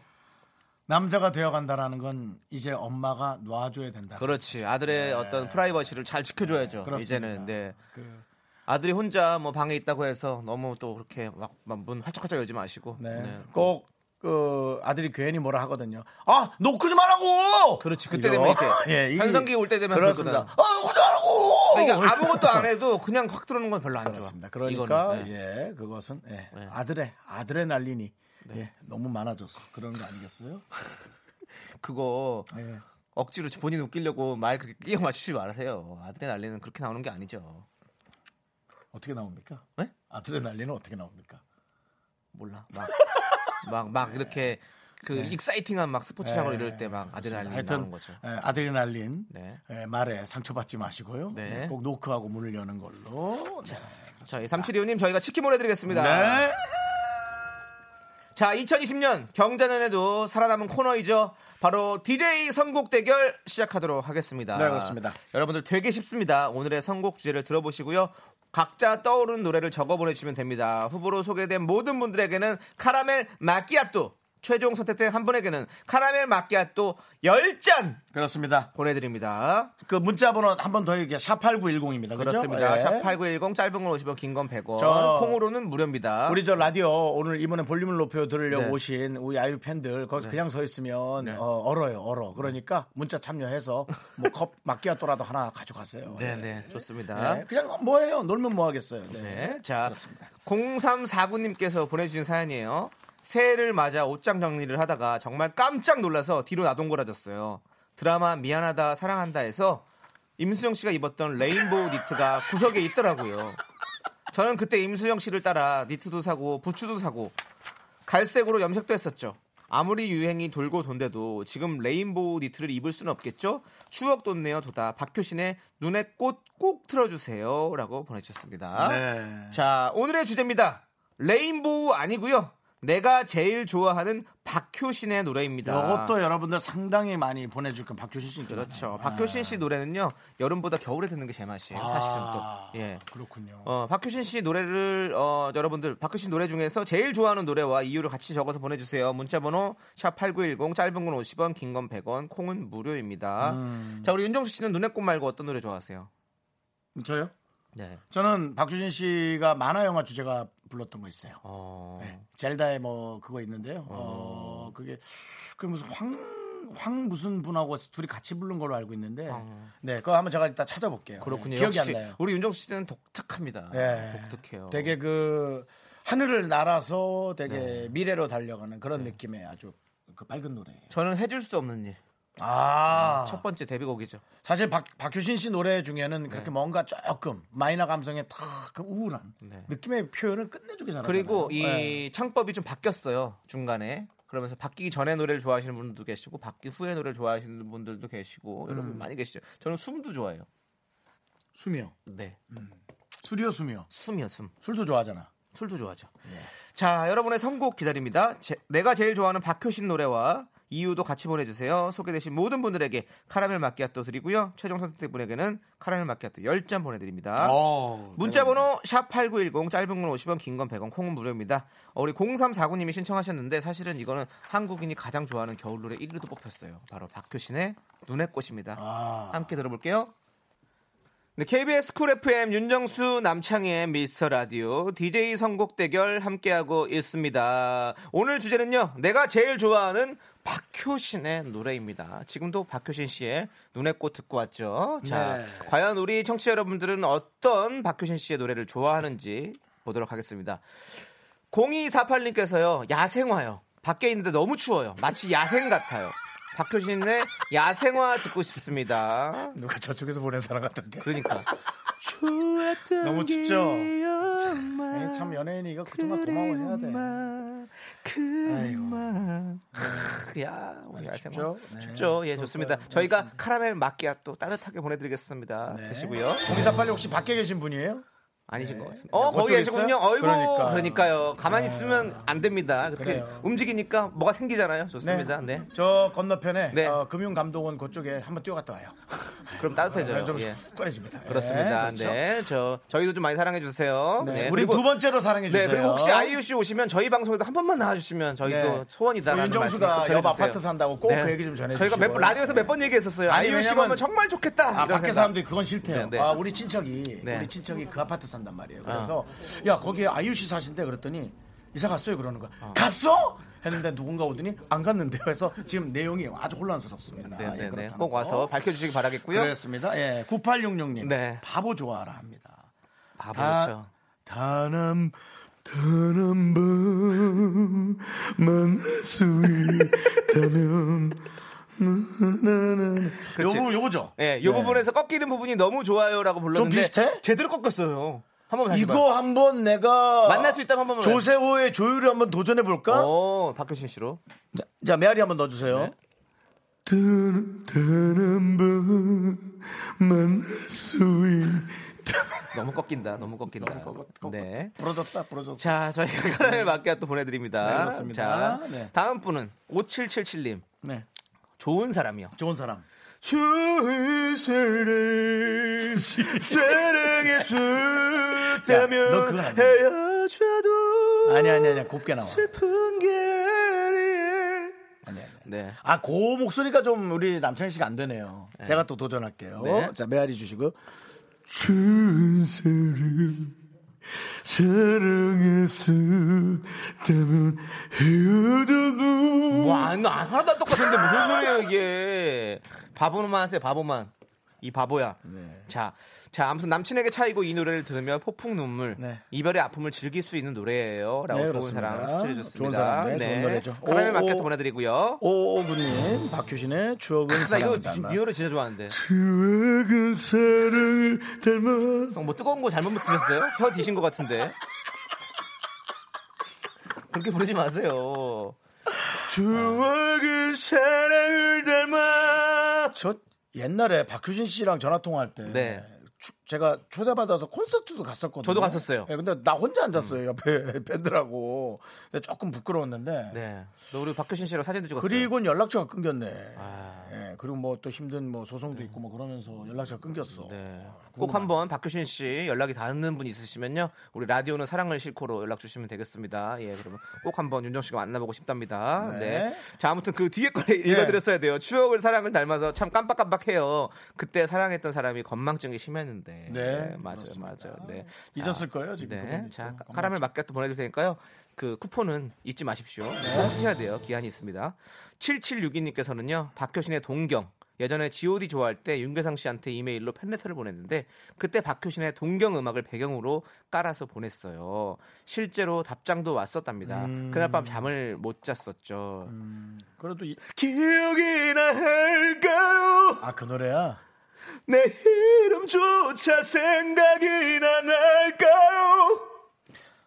Speaker 1: 남자가 되어간다라는 건 이제 엄마가 놔줘야 된다.
Speaker 2: 그렇지. 아들의 어떤 프라이버시를 잘 지켜줘야죠.
Speaker 1: 그렇습니다.
Speaker 2: 그렇죠. 이제는. 네.
Speaker 1: 그,
Speaker 2: 아들이 혼자 뭐 방에 있다고 해서 너무 또 그렇게 막 문 활짝활짝 열지 마시고.
Speaker 1: 네.
Speaker 2: 네.
Speaker 1: 꼭 그, 아들이 괜히 뭐라 하거든요. 아, 노크 좀 하라고! 예,
Speaker 2: 그렇지. 그때 되면 이렇게 변성기 올 때 되면
Speaker 1: 그렇습니다.
Speaker 2: 그거다.
Speaker 1: 아, 노크 좀 하라고!
Speaker 2: 그러니까 아무것도 안 해도 그냥 확 들어오는 건 별로 안 좋아.
Speaker 1: 그렇습니다. 그러니까
Speaker 2: 이거는, 네.
Speaker 1: 예, 그것은 예, 아들의 아들의 날리니
Speaker 2: 네.
Speaker 1: 예, 너무 많아져서 그런 거 아니겠어요?
Speaker 2: 그거
Speaker 1: 예.
Speaker 2: 억지로 본인 웃기려고 말 그렇게 끼어 맞추지 말아세요. 아드레날린은 그렇게 나오는 게 아니죠.
Speaker 1: 어떻게 나옵니까?
Speaker 2: 네?
Speaker 1: 아들의 날리는 어떻게 나옵니까?
Speaker 2: 몰라. 막, 막, 막 이렇게 그 익사이팅한 막 스포츠라고 이럴 때 막 아드레날린 나오는 거죠.
Speaker 1: 예, 아들의 날린
Speaker 2: 네.
Speaker 1: 예, 말에 상처받지 마시고요.
Speaker 2: 네.
Speaker 1: 예, 꼭 노크하고 문을 여는 걸로. 네.
Speaker 2: 자, 372호님 저희가 치킨 보내드리겠습니다.
Speaker 1: 네.
Speaker 2: 자, 2020년 경자년에도 살아남은 코너이죠. 바로 DJ 선곡 대결 시작하도록 하겠습니다.
Speaker 1: 네, 그렇습니다.
Speaker 2: 여러분들 되게 쉽습니다. 오늘의 선곡 주제를 들어보시고요. 각자 떠오르는 노래를 적어 보내주시면 됩니다. 후보로 소개된 모든 분들에게는 카라멜 마끼아또 최종 선택된 한 분에게는 카라멜 마끼아또 10잔
Speaker 1: 그렇습니다.
Speaker 2: 보내드립니다.
Speaker 1: 그 문자 번호 한 번 더 얘기해. 샵8910입니다.
Speaker 2: 그렇습니다. 샵8910 짧은 건 50원, 긴 건 100원.
Speaker 1: 그렇죠? 예. 저-
Speaker 2: 콩으로는 무료입니다.
Speaker 1: 우리 저 라디오 오늘 이번에 볼륨을 높여 들으려고
Speaker 2: 네.
Speaker 1: 오신 우리 아유 팬들 거기서 그냥 서 있으면 어, 얼어요 얼어 그러니까 문자 참여해서 뭐 컵 마끼아또라도 하나 가져가세요
Speaker 2: 네, 네. 좋습니다.
Speaker 1: 네, 그냥 뭐해요 놀면 뭐하겠어요 네.
Speaker 2: 네, 자 0349님께서 보내주신 사연이에요. 새해를 맞아 옷장 정리를 하다가 정말 깜짝 놀라서 뒤로 나동거라졌어요. 드라마 미안하다 사랑한다에서 임수영 씨가 입었던 레인보우 니트가 구석에 있더라고요. 저는 그때 임수영 씨를 따라 니트도 사고 부츠도 사고 갈색으로 염색도 했었죠. 아무리 유행이 돌고 돈데도 지금 레인보우 니트를 입을 순 없겠죠? 추억 돋네요 도다 박효신의 눈의 꽃 꼭 틀어주세요 라고 보내주셨습니다.
Speaker 1: 네.
Speaker 2: 자 오늘의 주제입니다. 레인보우 아니고요 내가 제일 좋아하는 박효신의 노래입니다.
Speaker 1: 이것도 여러분들 상당히 많이 보내줄 건 박효신 네. 씨
Speaker 2: 그렇죠. 박효신 씨 노래는요 여름보다 겨울에 듣는 게 제맛이에요.
Speaker 1: 아.
Speaker 2: 사실은 또 예.
Speaker 1: 그렇군요
Speaker 2: 어, 박효신 씨 노래를 어, 여러분들 박효신 노래 중에서 제일 좋아하는 노래와 이유를 같이 적어서 보내주세요. 문자번호 샵 #8910 짧은 건 50원, 긴 건 100원, 콩은 무료입니다.
Speaker 1: 음.
Speaker 2: 자 우리 윤정수 씨는 눈의 꽃 말고 어떤 노래 좋아하세요?
Speaker 1: 저요?
Speaker 2: 네.
Speaker 1: 저는 박효신 씨가 만화 영화 주제가 불렀던 거 있어요
Speaker 2: 어,
Speaker 1: 네. 젤다의 뭐 그거 있는데요. 어, 그게 그 무슨 황 황 무슨 분하고 둘이 같이 부른 걸로 알고 있는데, 네 그거 한번 제가 이따 찾아볼게요.
Speaker 2: 어. 그렇군요.
Speaker 1: 네, 기억이 안
Speaker 2: 역시
Speaker 1: 나요.
Speaker 2: 우리 윤정수 씨는 독특합니다.
Speaker 1: 네.
Speaker 2: 독특해요.
Speaker 1: 되게 그 하늘을 날아서 되게
Speaker 2: 네.
Speaker 1: 미래로 달려가는 그런 느낌의 아주 그 밝은 노래.
Speaker 2: 저는 해줄 수 없는 일.
Speaker 1: 아,
Speaker 2: 첫 번째 데뷔곡이죠.
Speaker 1: 사실 박, 박효신 씨 노래 중에는 그렇게 뭔가 조금 마이너 감성의 딱그 우울한
Speaker 2: 네.
Speaker 1: 느낌의 표현을 끝내주게 잘하잖아요.
Speaker 2: 그리고 이
Speaker 1: 네.
Speaker 2: 창법이 좀 바뀌었어요 중간에 그러면서 바뀌기 전에 노래를 좋아하시는 분들도 계시고 바뀌 후에 노래를 좋아하시는 분들도 계시고 여러분 많이 계시죠 저는 숨도 좋아해요
Speaker 1: 수미요,
Speaker 2: 네
Speaker 1: 수리요 수미요.
Speaker 2: 숨이요 숨
Speaker 1: 술도 좋아하잖아.
Speaker 2: 술도 좋아하죠 자 여러분의 선곡 기다립니다 제- 내가 제일 좋아하는 박효신 노래와 이유도 같이 보내주세요 소개되신 모든 분들에게 카라멜 마끼아또 드리고요 최종 선택 분에게는 카라멜 마끼아또 10잔 보내드립니다 문자번호 샵 8910 짧은 건 50원 긴 건 100원 콩은 무료입니다 어, 우리 0349님이 신청하셨는데 사실은 이거는 한국인이 가장 좋아하는 겨울 노래 1위도 뽑혔어요 바로 박효신의 눈의 꽃입니다
Speaker 1: 아.
Speaker 2: 함께 들어볼게요 네, KBS 쿨 FM 윤정수 남창희의 미스터 라디오 DJ 선곡 대결 함께하고 있습니다 오늘 주제는요 내가 제일 좋아하는 박효신의 노래입니다. 지금도 박효신 씨의 눈의 꽃 듣고 왔죠. 자,
Speaker 1: 네.
Speaker 2: 과연 우리 청취자 여러분들은 어떤 박효신 씨의 노래를 좋아하는지 보도록 하겠습니다. 0248님께서요, 야생화요. 밖에 있는데 너무 추워요. 마치 야생 같아요. 박효신의 야생화 듣고 싶습니다.
Speaker 1: 누가 저쪽에서 보낸 사람 같은데.
Speaker 2: 그러니까.
Speaker 1: 너무 춥죠? 에이, 네, 참 연예인이 이거 그동안 고마워해야 돼.
Speaker 2: 그만. 야, 우리 야생화.
Speaker 1: 춥죠? 네.
Speaker 2: 아, 춥죠? 예, 좋습니다. 저희가 카라멜 마끼아또 따뜻하게 보내드리겠습니다.
Speaker 1: 네.
Speaker 2: 드시고요.
Speaker 1: 공이사 빨리 혹시 밖에 계신 분이에요?
Speaker 2: 아니신 것 같습니다. 어, 거기
Speaker 1: 어쩌고
Speaker 2: 계시군요.
Speaker 1: 있어요?
Speaker 2: 어이구,
Speaker 1: 그러니까.
Speaker 2: 그러니까. 요 가만히 있으면 안 됩니다. 그렇게
Speaker 1: 그래요.
Speaker 2: 움직이니까 뭐가 생기잖아요. 좋습니다. 네.
Speaker 1: 저 건너편에
Speaker 2: 네.
Speaker 1: 어, 금융감독원 그쪽에 한번 뛰어갔다 와요.
Speaker 2: 그럼 따뜻해져요.
Speaker 1: 좀
Speaker 2: 예.
Speaker 1: 꺼내집니다. 그렇죠?
Speaker 2: 그렇습니다. 네, 저 저희도 좀 많이 사랑해 주세요.
Speaker 1: 네. 우리 두 번째로 사랑해
Speaker 2: 네,
Speaker 1: 주세요.
Speaker 2: 그리고 혹시 아이유 씨 오시면 저희 방송에도 한 번만 나와주시면 저희도
Speaker 1: 네.
Speaker 2: 소원이다라는
Speaker 1: 그 윤정수가
Speaker 2: 말씀 꼭 전해주세요.
Speaker 1: 옆
Speaker 2: 네.
Speaker 1: 아파트 산다고 꼭그 얘기 좀 전해주시고요.
Speaker 2: 저희가 몇 번, 라디오에서 몇 번 얘기했었어요.
Speaker 1: 아니,
Speaker 2: 아이유 씨가
Speaker 1: 왜냐면-
Speaker 2: 오면 정말 좋겠다.
Speaker 1: 아,
Speaker 2: 이런
Speaker 1: 밖에
Speaker 2: 생각.
Speaker 1: 사람들이 그건 싫대요.
Speaker 2: 네, 네.
Speaker 1: 아, 우리 친척이
Speaker 2: 네.
Speaker 1: 우리 친척이 그 아파트 산단 말이에요. 그래서 야 거기에 아이유 씨 사신대 그랬더니 이사 갔어요 그러는 거야.
Speaker 2: 아.
Speaker 1: 갔어? 했는데 누군가 오더니 안 갔는데 그래서 지금 내용이 아주 혼란스럽습니다.
Speaker 2: 네,
Speaker 1: 예,
Speaker 2: 네, 네.
Speaker 1: 그렇다는
Speaker 2: 꼭
Speaker 1: 거.
Speaker 2: 와서 밝혀주시기 바라겠고요.
Speaker 1: 그렇습니다. 예, 9866님
Speaker 2: 네. 그렇죠.
Speaker 1: 바보 좋아하라 합니다.
Speaker 2: 아, 바보죠.
Speaker 1: 단함 단한번 만날 수 있다면 나나나.
Speaker 2: 그렇지.
Speaker 1: 요거 요거죠. 예.
Speaker 2: 네, 이 부분에서 꺾이는 부분이 너무 좋아요라고 불렀는데
Speaker 1: 비슷해?
Speaker 2: 제대로 꺾였어요. 한번 다시 봐요.
Speaker 1: 이거 한번 내가
Speaker 2: 만날 수 있다면 한번
Speaker 1: 조세호의 조율을 한번 도전해 볼까?
Speaker 2: 어, 네. 박효신 씨로.
Speaker 1: 자, 자, 메아리 한번 넣어주세요.
Speaker 2: 너무 꺾인다. 너무 꺾인다. 네.
Speaker 1: 부러졌다, 부러졌어.
Speaker 2: 자, 저희가 카라멜 마끼아 또 보내드립니다.
Speaker 1: 네, 그렇습니다.
Speaker 2: 자,
Speaker 1: 네.
Speaker 2: 다음 분은 5777님.
Speaker 1: 네,
Speaker 2: 좋은 사람이요.
Speaker 1: 좋은 사람.
Speaker 2: 좋은 사람,
Speaker 1: 야, 너 그거
Speaker 2: 사랑했었다면
Speaker 1: 안 해.
Speaker 2: 헤어져도
Speaker 1: 아니 아니 아니 곱게 나와.
Speaker 2: 슬픈 게 아니에요.
Speaker 1: 아니 아니.
Speaker 2: 네.
Speaker 1: 아, 고 목소리가 좀 우리 남창희 씨가 안 되네요. 제가 또 도전할게요.
Speaker 2: 네.
Speaker 1: 자, 메아리 주시고. 좋은 사람, 사랑했었다면 헤어져도.
Speaker 2: 와, 너뭐 안- 하나도 안 똑같은데 무슨 소리예요, 이게. 바보만 하세요, 바보만. 이 바보야.
Speaker 1: 네.
Speaker 2: 자, 자, 아무튼 남친에게 차이고 이 노래를 들으며 폭풍 눈물,
Speaker 1: 네.
Speaker 2: 이별의 아픔을 즐길 수 있는 노래예요. 라고
Speaker 1: 네,
Speaker 2: 좋은
Speaker 1: 그렇습니다.
Speaker 2: 사람 추천해 줬습니다.
Speaker 1: 좋은 사람, 네, 좋은 노래죠.
Speaker 2: 카라멜
Speaker 1: 오,
Speaker 2: 마켓도
Speaker 1: 오.
Speaker 2: 보내드리고요.
Speaker 1: 오오구님, 박효신의 추억은
Speaker 2: 나 이거
Speaker 1: 사랑을 닮아.
Speaker 2: 이 노래 진짜 좋아하는데.
Speaker 1: 추억은 사랑을 닮아.
Speaker 2: 뭐 뜨거운 거 잘못 드셨어요? 혀 드신 것 같은데. 그렇게 부르지 마세요.
Speaker 1: 아. 추억은 사랑을 닮아. 저 옛날에 박효신 씨랑 전화 통화할 때
Speaker 2: 네.
Speaker 1: 추- 제가 초대받아서 콘서트도 갔었거든요.
Speaker 2: 저도 갔었어요.
Speaker 1: 예, 근데 나 혼자 앉았어요 옆에 밴드라고. 근데 조금 부끄러웠는데.
Speaker 2: 네. 너 우리 박효신 씨랑 사진도 찍었어요.
Speaker 1: 그리고 연락처가 끊겼네.
Speaker 2: 아.
Speaker 1: 예, 그리고 뭐 또 힘든 뭐 소송도 있고 뭐 그러면서 연락처가 끊겼어.
Speaker 2: 네. 꼭 한번 박효신 씨 연락이 닿는 분 있으시면요. 우리 라디오는 사랑을 실고로 연락 주시면 되겠습니다. 예, 그러면 꼭 한번 윤정 씨가 만나보고 싶답니다.
Speaker 1: 네. 예.
Speaker 2: 네. 자, 아무튼 그 뒤에 걸 읽어드렸어야 돼요. 추억을 사랑을 닮아서 참 깜빡깜빡해요. 그때 사랑했던 사람이 건망증이 심했는데.
Speaker 1: 네,
Speaker 2: 맞아요, 맞아요. 네.
Speaker 1: 잊었을 거예요, 지금
Speaker 2: 네.
Speaker 1: 그분이
Speaker 2: 자,
Speaker 1: 또.
Speaker 2: 까- 카라멜 마켓도 보내줄 테니까요. 그 쿠폰은 잊지 마십시오.
Speaker 1: 네.
Speaker 2: 꼭 쓰셔야 돼요. 기한이 있습니다. 7762님께서는요. 박효신의 동경. 예전에 G.O.D 좋아할 때 윤계상 씨한테 이메일로 팬레터를 보냈는데 그때 박효신의 동경 음악을 배경으로 깔아서 보냈어요. 실제로 답장도 왔었답니다.
Speaker 1: 음.
Speaker 2: 그날 밤 잠을 못 잤었죠.
Speaker 1: 그래도 이-
Speaker 2: 기억이나 할까요?
Speaker 1: 아 그 노래야.
Speaker 2: 내 이름조차 생각이나 날까요?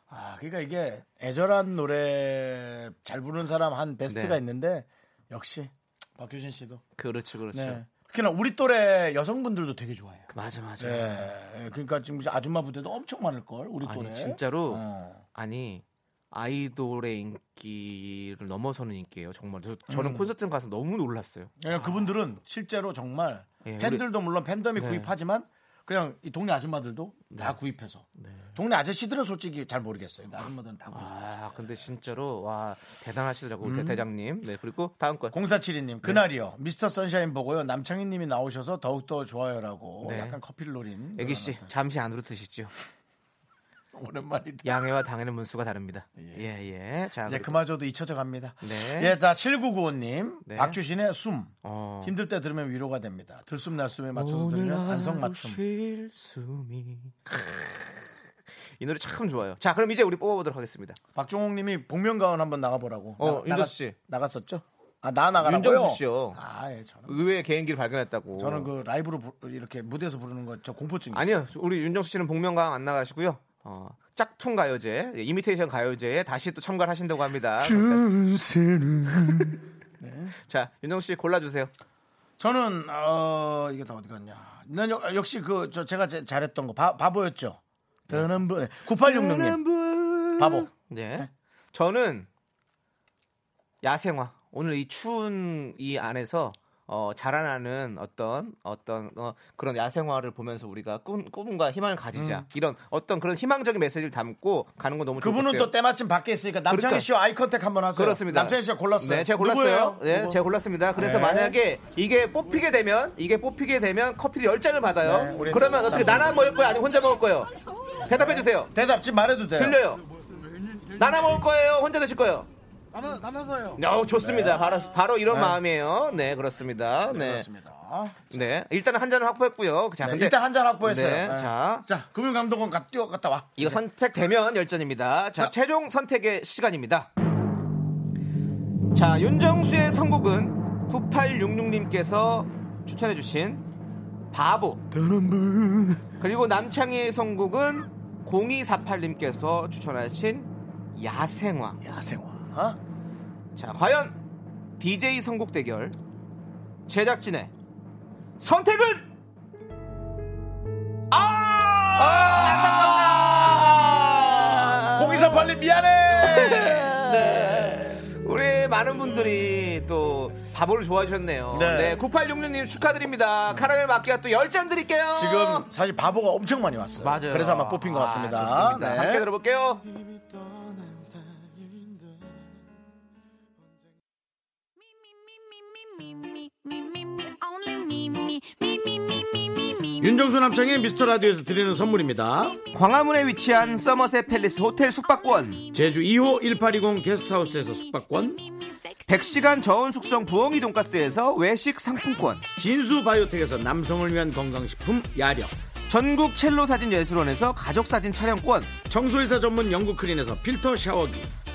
Speaker 1: 아, 그러니까 이게 애절한 노래 잘 부르는 사람 한 베스트가
Speaker 2: 네.
Speaker 1: 있는데 역시 박효신 씨도.
Speaker 2: 그렇죠, 그렇죠.
Speaker 1: 네. 특히나 우리 또래 여성분들도 되게 좋아해요.
Speaker 2: 맞아, 맞아.
Speaker 1: 네. 예, 그러니까 지금 이제 아줌마 부대도 엄청 많을 걸 우리
Speaker 2: 아니
Speaker 1: 또래.
Speaker 2: 진짜로
Speaker 1: 어.
Speaker 2: 아니 아이돌의 인기를 넘어서는 인기예요 정말 저,
Speaker 1: 음.
Speaker 2: 저는 콘서트 가서 너무 놀랐어요
Speaker 1: 예, 그분들은 실제로 정말
Speaker 2: 아. 예, 우리-
Speaker 1: 팬들도 물론 팬덤이
Speaker 2: 네.
Speaker 1: 구입하지만 그냥 이 동네 아줌마들도 다 구입해서 동네 아저씨들은 솔직히 잘 모르겠어요. 근데 아줌마들은 음. 다 구입해서.
Speaker 2: 아 근데 진짜로 와 대단하시더라고 요 대장님 네 그리고 다음 거 네.
Speaker 1: 0472님 그날이요 미스터 선샤인 보고요 남창희님이 나오셔서 더욱 더 좋아요라고
Speaker 2: 네.
Speaker 1: 약간 커피를 노린
Speaker 2: 애기 씨 잠시 안으로 드시죠
Speaker 1: 오랜만이다.
Speaker 2: 양해와 당해는 문수가 다릅니다.
Speaker 1: 예.
Speaker 2: 예, 예. 자,
Speaker 1: 이제
Speaker 2: 그리고-
Speaker 1: 그마저도 잊혀져 갑니다.
Speaker 2: 네.
Speaker 1: 예, 자, 7995님.
Speaker 2: 네.
Speaker 1: 박효신의 숨.
Speaker 2: 어.
Speaker 1: 힘들 때 들으면 위로가 됩니다. 들숨 날숨에 맞춰서 들으면 안성맞춤.
Speaker 2: 쉴 숨이 이 노래 참 좋아요. 자, 그럼 이제 우리 뽑아보도록 하겠습니다.
Speaker 1: 박종욱 님이 복면가원 한번 나가보라고.
Speaker 2: 어,
Speaker 1: 나-
Speaker 2: 윤정수 씨.
Speaker 1: 나갔, 었죠 아, 나 나가라고요?
Speaker 2: 윤정수 씨요.
Speaker 1: 아, 예, 저는.
Speaker 2: 의외의 개인기를 발견했다고.
Speaker 1: 저는 그 라이브로 부- 이렇게 무대에서 부르는 거 저 공포증이 있어요.
Speaker 2: 아니요, 우리 윤정수 씨는 복면가왕 안 나가시고요. 어, 짝퉁 가요제, 예, 이미테이션 가요제에 다시 또 참가를 하신다고 합니다. 그러니까 자, 윤정수 씨 골라주세요.
Speaker 1: 저는 어 이게 다 어디 갔냐? 난 역- 역시 그 저 제가 제- 잘했던 거 바, 바보였죠. 드는 분 9866님 바보.
Speaker 2: 네. 저는 야생화. 오늘 이 추운 이 안에서 어, 자라나는 어떤 어떤 어, 그런 야생화를 보면서 우리가 꿈, 꿈과 희망을 가지자 이런 어떤 그런 희망적인 메시지를 담고 가는 건 너무 좋을
Speaker 1: 음.
Speaker 2: 것
Speaker 1: 그분은
Speaker 2: 같아요.
Speaker 1: 또 때마침 밖에 있으니까 남창희
Speaker 2: 그러니까.
Speaker 1: 씨와 아이 컨택 한번 하세요.
Speaker 2: 그렇습니다.
Speaker 1: 남창희 씨가 골랐어요.
Speaker 2: 네, 제가 골랐어요.
Speaker 1: 누구예요?
Speaker 2: 네,
Speaker 1: 누구?
Speaker 2: 제가 골랐습니다. 그래서
Speaker 1: 네.
Speaker 2: 만약에 이게 뽑히게 되면 이게 뽑히게 되면 커피를 열 잔을
Speaker 1: 네,
Speaker 2: 받아요.
Speaker 1: 우리
Speaker 2: 그러면 어떻게 나눠 먹을 거예요? 아니면 혼자 먹을 거예요? 대답해 주세요.
Speaker 1: 대답 지금 말해도 돼요.
Speaker 2: 들려요. 나눠 먹을 거예요? 혼자 드실 거예요? 나눠, 나눠서요. 좋습니다. 바로, 바로 이런 마음이에요. 네, 그렇습니다.
Speaker 1: 네,
Speaker 2: 네.
Speaker 1: 그렇습니다.
Speaker 2: 네. 일단은 한 잔을 확보했고요. 자,
Speaker 1: 네,
Speaker 2: 근데
Speaker 1: 일단 한 잔 확보했어요.
Speaker 2: 네,
Speaker 1: 네.
Speaker 2: 자.
Speaker 1: 자, 금융감독원 갔 뛰어 갔다 와.
Speaker 2: 이거 선택되면 열전입니다. 자,
Speaker 1: 자.
Speaker 2: 최종 선택의 시간입니다. 자, 윤정수의 선곡은 9866님께서 추천해주신 바보. 그리고 남창희의 선곡은 0248님께서 추천하신 야생화.
Speaker 1: 야생화.
Speaker 2: 자, 과연 DJ 선곡 대결 제작진의 선택은 아! 안타깝다.
Speaker 1: 어? 공이사 빨리 미안해.
Speaker 2: 네. 우리 많은 분들이 또 바보를 좋아해 주셨네요.
Speaker 1: 네.
Speaker 2: 네. 9866님 축하드립니다. 카라멜 마키아 또 10잔 드릴게요.
Speaker 1: 지금 사실 바보가 엄청 많이 왔어요.
Speaker 2: 맞아요.
Speaker 1: 그래서 아마 뽑힌 것
Speaker 2: 아,
Speaker 1: 같습니다.
Speaker 2: 좋습니다.
Speaker 1: 네.
Speaker 2: 함께 들어볼게요.
Speaker 1: 윤정수 남창의 미스터 라디오에서 드리는 선물입니다.
Speaker 2: 광화문에 위치한 서머셋 팰리스 호텔 숙박권,
Speaker 1: 제주 2호 1820 게스트하우스에서 숙박권,
Speaker 2: 100시간 저온 숙성 부엉이 돈가스에서 외식 상품권,
Speaker 1: 진수 바이오텍에서 남성을 위한 건강식품 야력,
Speaker 2: 전국 첼로 사진 예술원에서 가족 사진 촬영권,
Speaker 1: 청소회사 전문 영국 크린에서 필터 샤워기,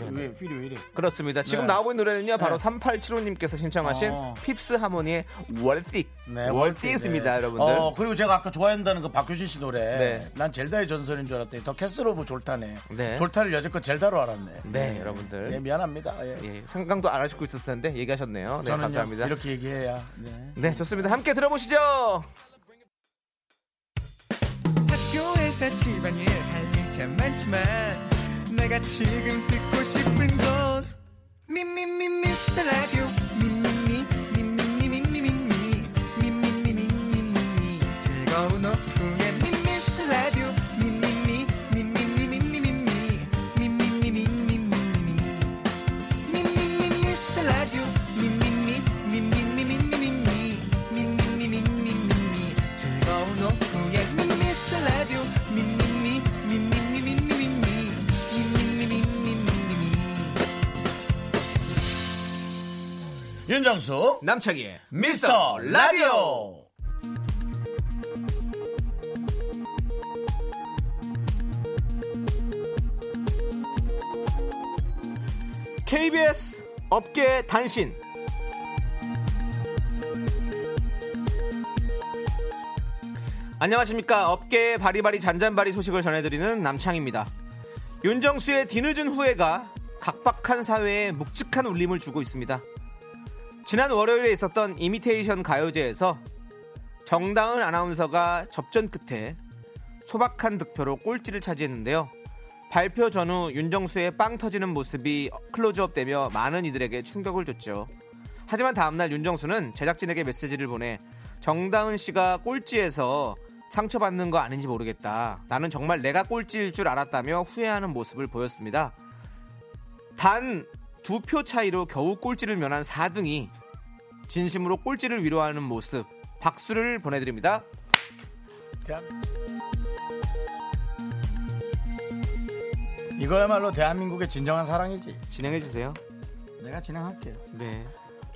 Speaker 1: 왜, 왜, 필이 왜 이래?
Speaker 2: 그렇습니다. 지금
Speaker 1: 네.
Speaker 2: 나오고 있는 노래는요, 바로
Speaker 1: 네.
Speaker 2: 3875님께서 신청하신
Speaker 1: 어.
Speaker 2: 핍스 하모니의 월틱. 네, 월틱입니다,
Speaker 1: 네.
Speaker 2: 여러분들.
Speaker 1: 어, 그리고 제가 아까 좋아한다는 그 박효신 씨 노래.
Speaker 2: 네.
Speaker 1: 난 젤다의 전설인 줄 알았더니 더 캐슬 오브 졸타네.
Speaker 2: 네.
Speaker 1: 졸타를 여지껏 젤다로 알았네.
Speaker 2: 네, 여러분들.
Speaker 1: 예, 미안합니다. 예.
Speaker 2: 예, 생각도 안 하시고 있었을 텐데 얘기하셨네요. 네,
Speaker 1: 저는요,
Speaker 2: 감사합니다.
Speaker 1: 이렇게 얘기해야. 네.
Speaker 2: 네, 좋습니다. 함께 들어보시죠.
Speaker 5: 학교에서 집안일 할 일 참 많지만 내가 지금 듣고 싶은 건 미미미 미스터 라디오 미미미 미미미 미미미 미미미 미미미 즐거운 오후에 미스터 라디오 미미미 미미미 미미미 미미미 미미미 미미미 미스터 라디오 미미미 미미미 미미미 미미미 미미미 즐거운 오후에 미스터 라디오 미미미 미미미 미미미 미미미 미미미
Speaker 1: 윤정수,
Speaker 2: 남창희의
Speaker 1: 미스터 라디오!
Speaker 2: KBS 업계 단신. 안녕하십니까. 업계의 바리바리 잔잔바리 소식을 전해드리는 남창입니다. 윤정수의 뒤늦은 후회가 각박한 사회에 묵직한 울림을 주고 있습니다. 지난 월요일에 있었던 이미테이션 가요제에서 정다은 아나운서가 접전 끝에 소박한 득표로 꼴찌를 차지했는데요. 발표 전후 윤정수의 빵 터지는 모습이 클로즈업되며 많은 이들에게 충격을 줬죠. 하지만 다음날 윤정수는 제작진에게 메시지를 보내 정다은 씨가 꼴찌에서 상처받는 거 아닌지 모르겠다. 나는 정말 내가 꼴찌일 줄 알았다며 후회하는 모습을 보였습니다. 단 두 표 차이로 겨우 꼴찌를 면한 4등이 진심으로 꼴찌를 위로하는 모습 박수를 보내드립니다.
Speaker 1: 이거야말로 대한민국의 진정한 사랑이지.
Speaker 2: 진행해 주세요.
Speaker 1: 내가 진행할게요.
Speaker 2: 네.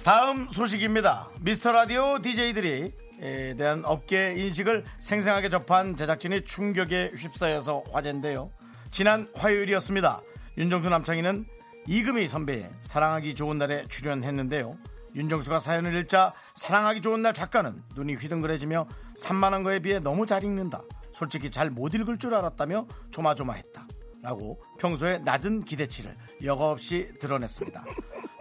Speaker 1: 다음 소식입니다. 미스터 라디오 DJ들이 에 대한 업계 인식을 생생하게 접한 제작진이 충격에 휩싸여서 화제인데요. 지난 화요일이었습니다. 윤정수 남창희는 이금희 선배의 사랑하기 좋은 날에 출연했는데요. 윤정수가 사연을 읽자 사랑하기 좋은 날 작가는 눈이 휘둥그레지며 산만한 거에 비해 너무 잘 읽는다. 솔직히 잘 못 읽을 줄 알았다며 조마조마했다. 라고 평소에 낮은 기대치를 여과 없이 드러냈습니다.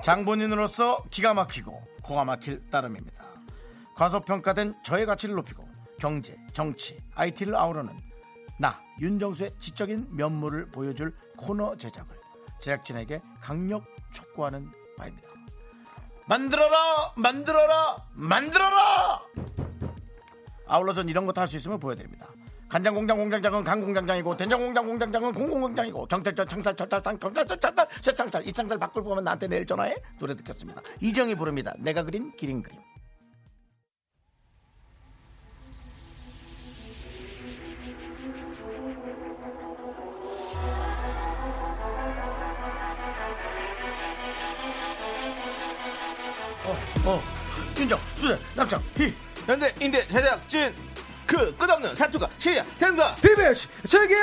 Speaker 1: 장본인으로서 기가 막히고 코가 막힐 따름입니다. 과소평가된 저의 가치를 높이고 경제, 정치, IT를 아우르는 나 윤정수의 지적인 면모를 보여줄 코너 제작을 제작진에게 강력 촉구하는 바입니다. 만들어라, 만들어라, 만들어라! 아울러 전 이런 것도 할 수 있음을 보여드립니다. 간장 공장 공장장은 간 공장장이고 된장 공장 공장장은 공공 공장이고 경찰전 청살 철찰상 경찰전 찰살 쇠창살 이창살 밖을 보면 나한테 내일 전화해 노래 듣겠습니다. 이정이 부릅니다. 내가 그린 기린 그림. 어, 어, 윤정, 주제, 남창, 희,
Speaker 2: 현대 인대 제작진 그 끝없는 사투가 시작된다.
Speaker 1: 비비씨, 즐겨!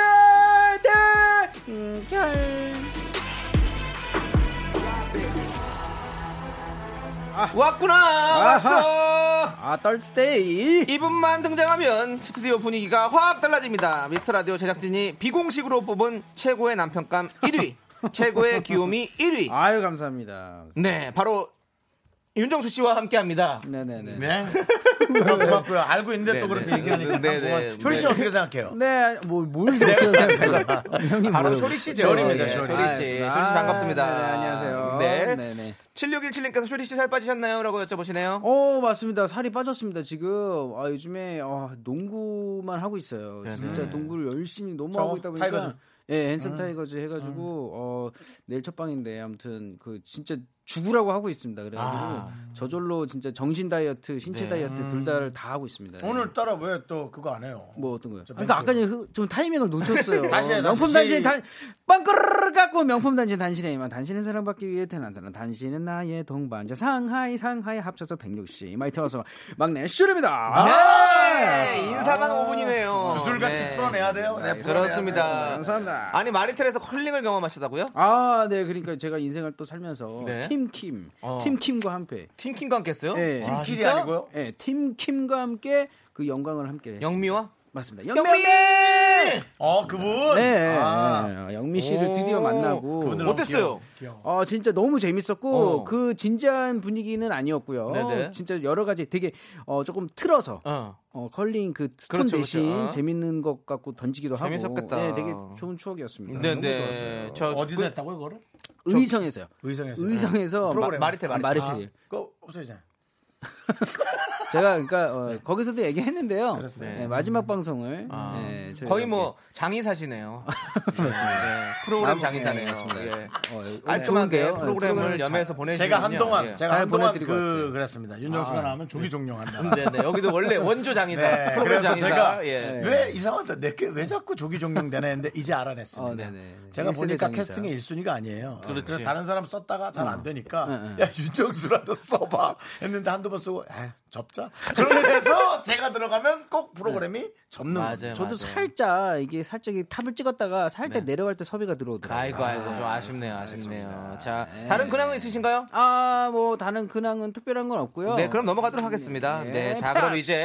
Speaker 2: 왔구나 왔어.
Speaker 5: 아, 떨스테이.
Speaker 2: 이분만 등장하면 스튜디오 분위기가 확 달라집니다. 미스터 라디오 제작진이 비공식으로 뽑은 최고의 남편감 1위, 최고의 귀요미 1위.
Speaker 5: 아유, 감사합니다.
Speaker 2: 네, 바로 윤정수 씨와 함께합니다.
Speaker 5: 네네네.
Speaker 1: 네. 고맙고요. 알고 있는데 또 그렇게
Speaker 2: 네,
Speaker 1: 얘기하니까.
Speaker 2: 네, 네,
Speaker 1: 네, 효리 씨
Speaker 2: 네.
Speaker 1: 어떻게 생각해요?
Speaker 5: 네, 뭐, 뭘 어떻게
Speaker 1: 네.
Speaker 5: 생각해요? 형님
Speaker 2: 바로
Speaker 5: 뭐라고.
Speaker 2: 쇼리 씨죠. 네,
Speaker 1: 쇼리입니다, 쇼리.
Speaker 2: 쇼리 씨. 쇼리 씨 반갑습니다.
Speaker 5: 아, 네, 안녕하세요.
Speaker 2: 네.
Speaker 5: 네네.
Speaker 2: 7617님께서 쇼리 씨 살 빠지셨나요? 라고 여쭤보시네요.
Speaker 5: 어 맞습니다 살이 빠졌습니다 지금 아 요즘에 아, 농구만 하고 있어요 진짜 농구를 열심히 너무
Speaker 1: 네, 저거,
Speaker 5: 하고 있다 보니까
Speaker 1: 타이거즈. 음.
Speaker 5: 예 핸섬 타이거즈 해가지고 어 내일 첫 방인데 아무튼 그 진짜 죽으라고 하고 있습니다 그래가지고
Speaker 1: 아.
Speaker 5: 저절로 진짜 정신 다이어트 신체 다이어트 둘 다를 다 하고 있습니다 예.
Speaker 1: 네. 음. 오늘따라 왜 또 그거 안 해요?
Speaker 5: 뭐 어떤 거요?
Speaker 1: 저
Speaker 5: 그러니까 아까
Speaker 1: 멘트.
Speaker 5: 전에 흐- 좀 타이밍을 놓쳤어요.
Speaker 1: 다시 예, 해, 다시.
Speaker 5: 명품
Speaker 1: 시-
Speaker 5: 단신 단 빵끄르르 갖고 명품 단신 단신의 이만 단신은 사랑받기 위해 태어난 사람 단신은 나의 동반자 상하이 상하이 합쳐서 160 이마이 태워서 막내 슈입니다 아.
Speaker 2: 네, 인사만 5분이네요.
Speaker 1: 아! 주술같이 풀어내야 돼요. 네, 풀어내야 돼요.
Speaker 2: 그렇습니다.
Speaker 5: 감사합니다.
Speaker 2: 아니 마리텔에서 컬링을 경험하시다고요?
Speaker 5: 아, 네, 그러니까 제가 인생을 또 살면서
Speaker 2: 네.
Speaker 5: 팀킴,
Speaker 2: 어.
Speaker 5: 팀킴과 함께,
Speaker 2: 팀킹과 함께했어요?
Speaker 5: 예,
Speaker 1: 팀킬이
Speaker 2: 진짜?
Speaker 1: 아니고요.
Speaker 5: 예, 팀킴과 함께 그 영광을 함께,
Speaker 2: 영미와
Speaker 5: 했습니다. 맞습니다.
Speaker 2: 영미!
Speaker 1: 어, 그분.
Speaker 5: 네,
Speaker 1: 아,
Speaker 5: 네, 영미 씨를 드디어 만나고
Speaker 1: 그분들 너무
Speaker 2: 어땠어요?
Speaker 1: 귀여워.
Speaker 5: 어 진짜 너무 재밌었고
Speaker 2: 어.
Speaker 5: 그 진지한 분위기는 아니었고요.
Speaker 2: 네네.
Speaker 5: 진짜 여러 가지 되게 어 조금 틀어서
Speaker 2: 어.
Speaker 5: 어, 컬링 그 스톤
Speaker 2: 그렇죠,
Speaker 5: 대신
Speaker 2: 그렇죠. 어.
Speaker 5: 재밌는 것 같고 던지기도 하고
Speaker 2: 재밌었겠다.
Speaker 5: 네, 되게 좋은 추억이었습니다.
Speaker 2: 네,
Speaker 5: 너무
Speaker 2: 네. 저
Speaker 1: 어디서
Speaker 2: 그-
Speaker 1: 했다고요, 그거를?
Speaker 5: 좋았어요. 의성에서요.
Speaker 1: 의성에서. 네.
Speaker 5: 의성에서
Speaker 1: 프로그램.
Speaker 5: 마-
Speaker 2: 마리텔,
Speaker 5: 아,
Speaker 2: 마리텔.
Speaker 5: 마리텔.
Speaker 1: 그거 없어지잖아요.
Speaker 5: 제가 그러니까 어, 거기서도 얘기했는데요.
Speaker 1: 그랬어요.
Speaker 5: 네, 마지막 방송을
Speaker 2: 네. 아,
Speaker 5: 네, 저희가
Speaker 2: 거의 뭐 장의사시네요. 네, 프로그램 장의사네요. 예.
Speaker 5: 이렇게, 어,
Speaker 2: 깔끔하게
Speaker 5: 좋은데요?
Speaker 2: 프로그램을 염해서 예. 보내주시
Speaker 1: 제가 한동안,
Speaker 2: 네.
Speaker 1: 제가
Speaker 5: 잘
Speaker 1: 한동안
Speaker 5: 보내드리고
Speaker 1: 그,
Speaker 5: 왔어요.
Speaker 1: 그랬습니다. 윤정수가 나오면 조기 종영한다.
Speaker 2: 아. 네, 네. 여기도 원래 원조 장의사.
Speaker 1: 네,
Speaker 2: 프로그램
Speaker 1: 그래서
Speaker 2: 장의사.
Speaker 1: 제가
Speaker 2: 예.
Speaker 1: 왜 이상하다 내게 왜 자꾸 조기 종영되나 했는데 이제 알아냈습니다.
Speaker 5: 어, 네네.
Speaker 1: 제가
Speaker 5: 일세대
Speaker 1: 보니까
Speaker 5: 장이죠.
Speaker 1: 캐스팅의 1순위가 아니에요.
Speaker 2: 그렇지.
Speaker 1: 그래서 다른 사람 썼다가 잘 안 되니까
Speaker 5: 응, 응.
Speaker 1: 야 윤정수라도 써봐 했는데 한두 번 쓰고 아 접자. 그런 게 돼서 제가 들어가면 꼭 프로그램이 접는
Speaker 2: 네, 맞아요.
Speaker 5: 네. 저도
Speaker 2: 맞아요. 네.
Speaker 5: 살짝 이게 살짝 이 탑을 찍었다가 살짝 내려갈 때 섭외가 들어오더라고요.
Speaker 2: 아이고 아이고 좀 아쉽네요. 아쉽네요. 자, 다른 근황은 있으신가요?
Speaker 5: 아, 뭐 다른 근황은 특별한 건 없고요.
Speaker 2: 네, 그럼 넘어가도록 하겠습니다.
Speaker 5: 네,
Speaker 2: 네, 자,
Speaker 5: 패스.
Speaker 2: 그럼 이제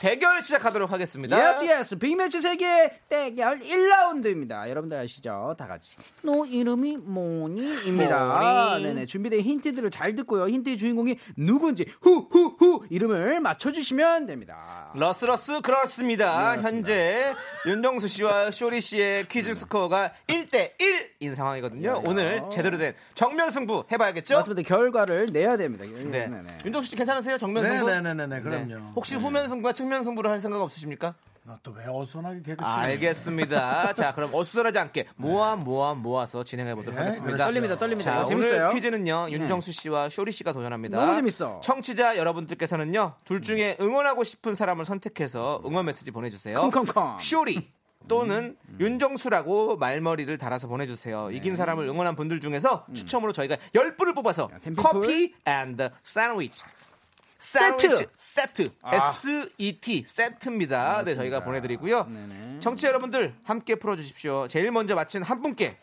Speaker 2: 대결 시작하도록 하겠습니다.
Speaker 5: 예스 예스 빅매치 세계 대결 1라운드입니다. 여러분들 아시죠? 다 같이. 너 이름이 뭐니입니다.
Speaker 2: 뭐니?
Speaker 5: 네네 준비된 힌트들을 잘 듣고요. 힌트의 주인공이 누군지 후후후 이름을 맞춰주시면 됩니다.
Speaker 2: 러스러스 그렇습니다. 현재 윤정수 씨와 쇼리 씨의 퀴즈 스코어가 1대 1인 상황이거든요. 오늘 제대로 된 정면 승부 해봐야겠죠?
Speaker 5: 맞습니다. 결과를 내야 됩니다.
Speaker 2: 네.
Speaker 5: 네, 네.
Speaker 2: 윤정수 씨 괜찮으세요? 정면 승부?
Speaker 1: 네네네네 그럼요.
Speaker 2: 뭐
Speaker 1: 아,
Speaker 2: 네. 혹시 후면 승부와 측면 승부를 할 생각 없으십니까?
Speaker 1: 나또왜 어수선하게 개그 치는
Speaker 2: 아, 알겠습니다. 자, 그럼 어수선하지 않게 모아 모아 모아서 진행해 보도록
Speaker 1: 예,
Speaker 2: 하겠습니다.
Speaker 1: 그렇죠. 떨립니다,
Speaker 5: 떨립니다.
Speaker 2: 자,
Speaker 5: 어,
Speaker 2: 오늘
Speaker 5: 재밌어요.
Speaker 2: 퀴즈는요. 윤정수 씨와 쇼리 씨가 도전합니다.
Speaker 5: 너무 재밌어.
Speaker 2: 청취자 여러분들께서는요. 둘 중에 응원하고 싶은 사람을 선택해서 응원 메시지 보내 주세요.
Speaker 5: 컴컴컴.
Speaker 2: 쇼리 또는
Speaker 5: 음,
Speaker 2: 윤정수라고 말머리를 달아서 보내주세요.
Speaker 5: 네.
Speaker 2: 이긴 사람을 응원한 분들 중에서 추첨으로 저희가 10분을 뽑아서
Speaker 5: 템피풀.
Speaker 2: 커피 앤드 샌드위치 세트 세트
Speaker 5: 아.
Speaker 2: S-E-T 세트입니다. 네, 저희가 보내드리고요.
Speaker 5: 네네.
Speaker 2: 정치 여러분들 함께 풀어주십시오. 제일 먼저 맞힌 한 분께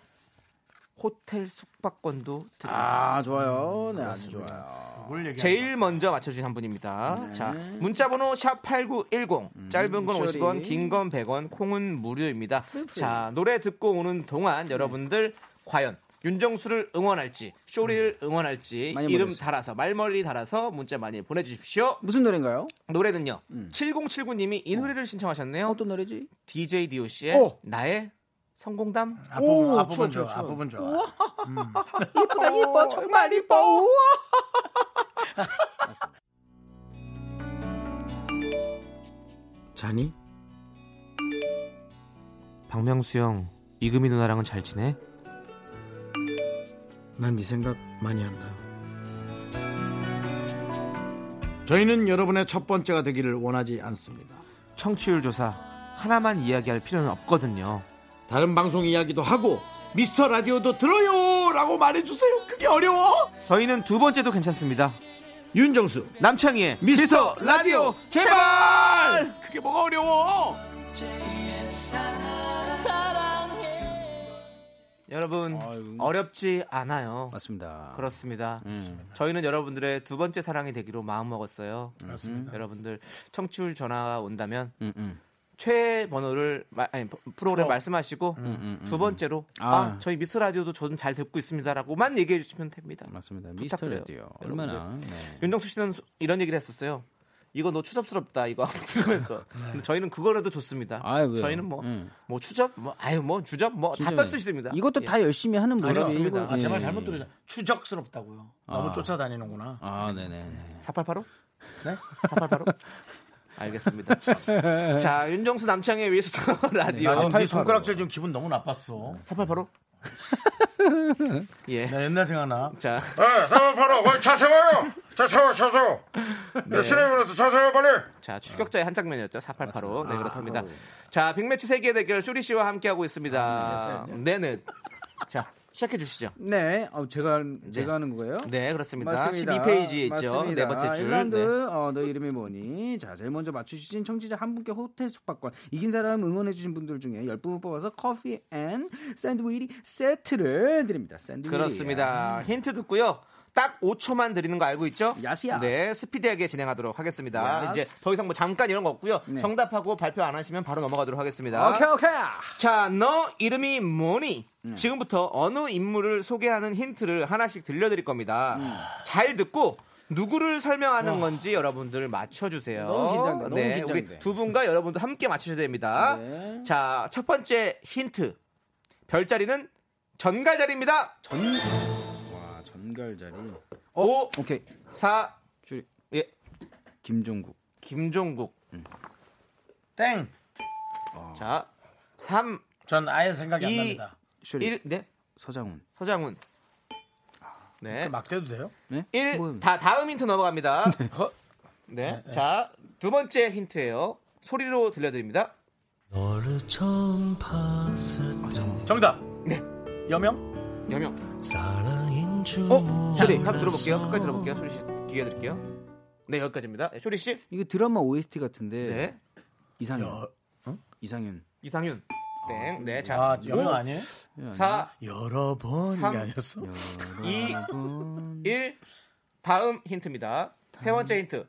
Speaker 2: 호텔 숙박권도 드립니다.
Speaker 5: 아 좋아요. 네 아주 좋아요.
Speaker 1: 뭘 얘기하는
Speaker 2: 제일 먼저 맞춰주신 한 분입니다.
Speaker 5: 네.
Speaker 2: 자, 문자번호 샵8910.
Speaker 5: 음,
Speaker 2: 짧은 건
Speaker 5: 쇼리.
Speaker 2: 50원, 긴 건 100원, 콩은 무료입니다. 자, 노래 듣고 오는
Speaker 5: 네.
Speaker 2: 동안 여러분들 과연 윤정수를 응원할지, 쇼리를 응원할지,
Speaker 5: 음. 많이
Speaker 2: 이름
Speaker 5: 보내주세요.
Speaker 2: 달아서, 말머리 달아서 문자 많이 보내주십시오.
Speaker 5: 무슨 노래인가요?
Speaker 2: 노래는요, 7079님이 이 노래를 신청하셨네요.
Speaker 5: 어떤 노래지?
Speaker 2: DJ DOC의
Speaker 5: 오.
Speaker 2: 나의 성공담.
Speaker 1: 아, 앞부분
Speaker 5: 오,
Speaker 1: 앞부분
Speaker 5: 추워,
Speaker 1: 좋아
Speaker 5: 추워,
Speaker 1: 앞부분 좋아.
Speaker 2: 아, 이쁘다, 이뻐, 정말 이뻐, 우와.
Speaker 1: 자니?
Speaker 2: 박명수 형, 이금희 누나랑은 잘 지내?
Speaker 1: 난 네 생각 많이 한다. 저희는 여러분의 첫 번째가 되기를 원하지 않습니다.
Speaker 2: 청취율 조사 하나만 이야기할 필요는 없거든요.
Speaker 1: 다른 방송 이야기도 하고 미스터 라디오도 들어요라고 말해주세요. 그게 어려워.
Speaker 2: 저희는 두 번째도 괜찮습니다.
Speaker 1: 윤정수
Speaker 2: 남창희의 미스터 라디오 제발!
Speaker 1: 제발 그게 뭐가 어려워?
Speaker 2: 여러분 어렵지 않아요.
Speaker 5: 맞습니다.
Speaker 2: 그렇습니다. 저희는 여러분들의 두 번째 사랑이 되기로 마음 먹었어요. 그렇습니다. 여러분들 청취율 전화가 온다면
Speaker 5: 음, 음.
Speaker 2: 최애 번호를 마- 아니, 프로그램 말씀하시고
Speaker 5: 음,
Speaker 2: 두 번째로 아,
Speaker 5: 아.
Speaker 2: 저희 미스 라디오도 저는 잘 듣고 있습니다라고만 얘기해 주시면 됩니다.
Speaker 5: 맞습니다. 미스터
Speaker 2: 부탁드려요,
Speaker 5: 라디오
Speaker 2: 여러분들.
Speaker 5: 얼마나 네.
Speaker 2: 윤정수 씨는 수- 이런 얘기를 했었어요. 이거 너 추접스럽다 이거 그러면서 근데 저희는 그거라도 좋습니다.
Speaker 5: 네. 아유, 왜요?
Speaker 2: 저희는 뭐 뭐
Speaker 5: 음.
Speaker 2: 추접 뭐 아유 뭐 주접 뭐 다 떨 수 있습니다.
Speaker 5: 이것도
Speaker 2: 예.
Speaker 5: 다 열심히 하는 모습이고.
Speaker 1: 그렇습니다. 아, 제말
Speaker 5: 예.
Speaker 1: 잘못 들으셨 추적스럽다고요. 너무 쫓아다니는구나.
Speaker 5: 아 네네. 네.
Speaker 2: 4885? 네? 4885? 알겠습니다. 자, 윤정수 남창의 위스터 라디오.
Speaker 1: 나 지금 네 손가락질 좀 기분 너무 나빴어.
Speaker 2: 4885? 예.
Speaker 1: 나 옛날 생각나.
Speaker 2: 자,
Speaker 6: 네, 사람 팔아. 와, 어, 차 세워요. 차 세워, 차 세워. 네. 시내 불러서 차 세워 빨리.
Speaker 2: 자, 추격자의 한 장면이었죠. 4885. 네, 그렇습니다. 자, 빅매치 세계 대결 쇼리 씨와 함께하고 있습니다. 네네. 자, 시작해 주시죠.
Speaker 5: 네, 어, 제가 하는- 제가 하는 거예요.
Speaker 2: 네, 그렇습니다.
Speaker 5: 맞습니다.
Speaker 2: 12페이지에 있죠.
Speaker 5: 맞습니다.
Speaker 2: 네 번째 줄.
Speaker 5: 일라운드
Speaker 2: 네.
Speaker 5: 어, 너 이름이 뭐니? 자, 제일 먼저 맞추신 청취자 한 분께 호텔 숙박권, 이긴 사람 응원해주신 분들 중에 10분 뽑아서 커피 앤 샌드위치 세트를 드립니다. 샌드위치.
Speaker 2: 그렇습니다. 힌트 듣고요. 딱 5초만 드리는 거 알고 있죠?
Speaker 5: 예. 야스, 야스.
Speaker 2: 네, 스피디하게 진행하도록 하겠습니다.
Speaker 5: 야스.
Speaker 2: 이제 더 이상 뭐 잠깐 이런 거 없고요.
Speaker 5: 네.
Speaker 2: 정답하고 발표 안 하시면 바로 넘어가도록 하겠습니다.
Speaker 5: 오케이, 네. 오케이.
Speaker 2: 자, 너 이름이 뭐니? 지금부터 어느 인물을 소개하는 힌트를 하나씩 들려드릴 겁니다.
Speaker 5: 음.
Speaker 2: 잘 듣고 누구를 설명하는 건지 여러분들 맞춰주세요.
Speaker 5: 어. 너무 긴장돼, 너무
Speaker 2: 네,
Speaker 5: 긴장돼.
Speaker 2: 우리 두 분과 여러분도 함께 맞추셔야 됩니다.
Speaker 5: 네.
Speaker 2: 자, 첫 번째 힌트. 별자리는 전갈자리입니다.
Speaker 5: 와, 아, 전갈자리. 어?
Speaker 2: 오,
Speaker 5: 오케이.
Speaker 2: 사,
Speaker 5: 줄이.
Speaker 2: 예,
Speaker 5: 김종국.
Speaker 2: 김종국.
Speaker 1: 땡. 어.
Speaker 2: 자, 삼,
Speaker 1: 전 아예 생각이 안
Speaker 2: 이-
Speaker 1: 납니다.
Speaker 5: 쇼리.
Speaker 2: 일, 네,
Speaker 5: 서장훈.
Speaker 2: 서장훈. 네,
Speaker 1: 막 대도 돼요?
Speaker 5: 네?
Speaker 2: 일,
Speaker 5: 뭐예요?
Speaker 2: 다 다음 힌트 넘어갑니다. 어? 네, 자, 두 번째 힌트예요. 소리로 들려드립니다.
Speaker 1: 정답.
Speaker 2: 네.
Speaker 1: 여명?
Speaker 2: 여명. 어, 소리 한번 들어볼게요. 끝까지 들어볼게요. 소리 씨 기회 드릴게요. 네, 여기까지입니다. 네, 쇼리 씨,
Speaker 5: 이거 드라마 OST 같은데
Speaker 2: 네,
Speaker 5: 이상윤. 이상윤.
Speaker 2: 이상윤. 땡, 네,
Speaker 1: 아,
Speaker 2: 자,
Speaker 1: 여명 아니에요?
Speaker 2: 사,
Speaker 1: 여러 번이
Speaker 2: 삼.
Speaker 1: 아니었어?
Speaker 2: 이, 일 다음 힌트입니다. 세 번째 힌트.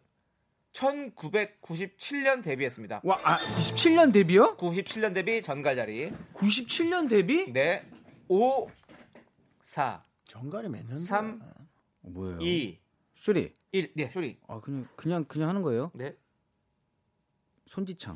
Speaker 2: 1997년 데뷔했습니다.
Speaker 5: 와, 아, 97년 데뷔요?
Speaker 2: 97년 데뷔 전갈자리.
Speaker 5: 97년 데뷔?
Speaker 2: 네. 5 4
Speaker 1: 정갈이 몇 년?
Speaker 2: 3
Speaker 5: 뭐예요?
Speaker 2: 2
Speaker 5: 쇼리.
Speaker 2: 1. 네, 쇼리.
Speaker 5: 아 그냥 그냥 그냥 하는 거예요?
Speaker 2: 네.
Speaker 5: 손지창.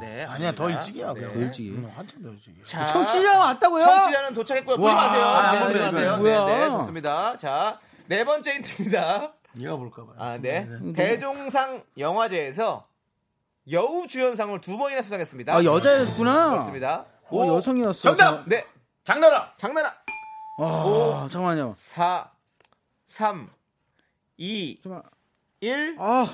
Speaker 2: 네.
Speaker 1: 아니야 더
Speaker 2: 아닙니다.
Speaker 1: 일찍이야.
Speaker 2: 네.
Speaker 1: 그냥.
Speaker 5: 더 일찍이.
Speaker 1: 음, 한참 더 일찍이.
Speaker 2: 자,
Speaker 5: 청취자 왔다고요?
Speaker 2: 청취자는 도착했고요. 보지
Speaker 5: 와,
Speaker 2: 마세요.
Speaker 5: 아,
Speaker 2: 네,
Speaker 5: 안
Speaker 2: 보지
Speaker 5: 보여요.
Speaker 2: 마세요. 네,
Speaker 5: 뭐야.
Speaker 2: 네, 좋습니다. 자, 네 번째 힌트입니다.
Speaker 1: 얘가 볼까 봐.
Speaker 2: 아, 네. 대종상 영화제에서 여우 주연상을 두 번이나 수상했습니다.
Speaker 5: 아 여자였구나.
Speaker 2: 그렇습니다.
Speaker 5: 어, 여성이었어.
Speaker 1: 정답!
Speaker 2: 네.
Speaker 1: 장나라.
Speaker 2: 장나라.
Speaker 5: 아 잠깐만요.
Speaker 2: 4 3 2
Speaker 5: 잠깐.
Speaker 2: 1.
Speaker 5: 아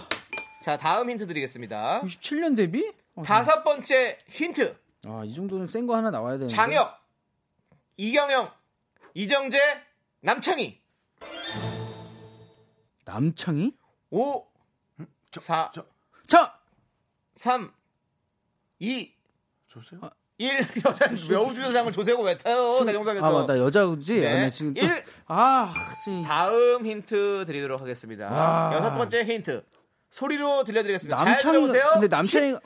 Speaker 2: 자, 다음 힌트 드리겠습니다.
Speaker 5: 97년 데뷔? 어,
Speaker 2: 다섯 번째 힌트.
Speaker 5: 아이 정도는 센 거 하나 나와야 되는데.
Speaker 2: 장혁, 이경영, 이정재, 남창희.
Speaker 5: 남창이?
Speaker 2: 5 4
Speaker 5: 자. 아,
Speaker 2: 3 2
Speaker 1: 줬어요?
Speaker 2: 1 여자 여우 주연상을 조세호 왜 타요? 대종상에서.
Speaker 5: 아 맞다 여자지.
Speaker 2: 네.
Speaker 5: 아, 나 지금 또-
Speaker 2: 일.
Speaker 5: 아 지금
Speaker 2: 다음 힌트 드리도록 하겠습니다.
Speaker 5: 아.
Speaker 2: 여섯 번째 힌트. 소리로 들려드리겠습니다. 잘
Speaker 5: 남창이
Speaker 2: 들어보세요.
Speaker 5: 근데 남창이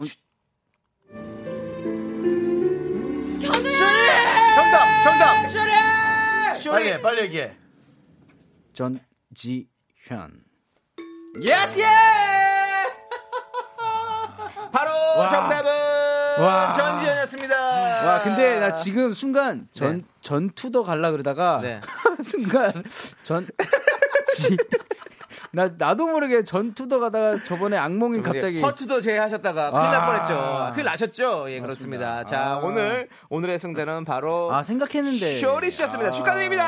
Speaker 1: 정답. 정답. 빨리
Speaker 2: 쇼리.
Speaker 1: 해, 빨리 얘기해.
Speaker 5: 전지현.
Speaker 2: 예스 예. 바로 정답은
Speaker 5: 와.
Speaker 2: 전지현이었습니다.
Speaker 5: 와 아, 근데 나 지금 순간 전 전투더 갈라 그러다가
Speaker 2: 네.
Speaker 5: 순간 전지나 나도 모르게 전투더 가다가 저번에 악몽이 갑자기
Speaker 2: 허투도 제외하셨다가 큰일
Speaker 5: 아.
Speaker 2: 날 뻔했죠. 큰일 나셨죠? 예, 그렇습니다. 자,
Speaker 5: 아.
Speaker 2: 오늘 오늘의 승자는 바로
Speaker 5: 아 생각했는데
Speaker 2: 쇼리 씨였습니다. 축하드립니다.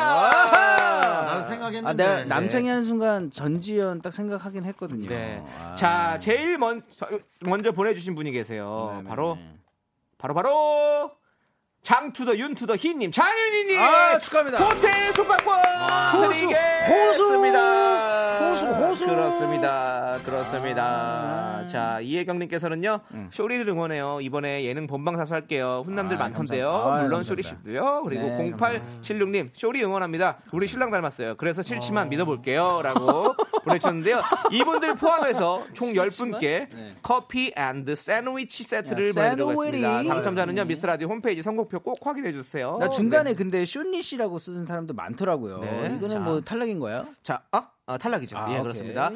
Speaker 1: 나도 생각했는데. 네.
Speaker 5: 아 내가 남창이 하는 순간 전지현 딱 생각하긴 했거든요.
Speaker 2: 네.
Speaker 5: 아.
Speaker 2: 자, 제일 먼, 저- 먼저 보내주신 분이 계세요.
Speaker 5: 네네네.
Speaker 2: 바로, 바로, 바로, 장투더, 윤투더, 희님, 장윤희님!
Speaker 5: 아, 축하합니다.
Speaker 2: 호텔 숙박권!
Speaker 5: 호수, 아,
Speaker 2: 드리겠습니다.
Speaker 5: 호수, 호수.
Speaker 2: 그렇습니다. 그렇습니다. 아. 자, 이혜경님께서는요, 쇼리를 응원해요. 이번에 예능 본방사수 할게요. 훈남들
Speaker 5: 음. 아,
Speaker 2: 많던데요.
Speaker 5: 감사합니다. 아,
Speaker 2: 물론 쇼리
Speaker 5: 감사합니다.
Speaker 2: 씨도요. 그리고
Speaker 5: 네,
Speaker 2: 0876님, 쇼리 응원합니다. 우리 신랑 닮았어요. 그래서 싫지만 믿어볼게요. 라고 보내주셨는데요. 이분들 포함해서 총 10분께
Speaker 5: 네.
Speaker 2: 커피 앤드 샌드위치 세트를
Speaker 5: 야,
Speaker 2: 보내드리고 있습니다.
Speaker 5: 샌드위치.
Speaker 2: 당첨자는요, 미스터라디오 홈페이지 선곡표 꼭 확인해주세요.
Speaker 5: 나 중간에
Speaker 2: 네.
Speaker 5: 근데 쇼니 씨라고 쓰는 사람도 많더라고요.
Speaker 2: 네,
Speaker 5: 이거는
Speaker 2: 자.
Speaker 5: 뭐 탈락인 거예요?
Speaker 2: 자, 어? 아, 탈락이죠.
Speaker 5: 아,
Speaker 2: 예,
Speaker 5: 오케이. 네.
Speaker 2: 그렇습니다.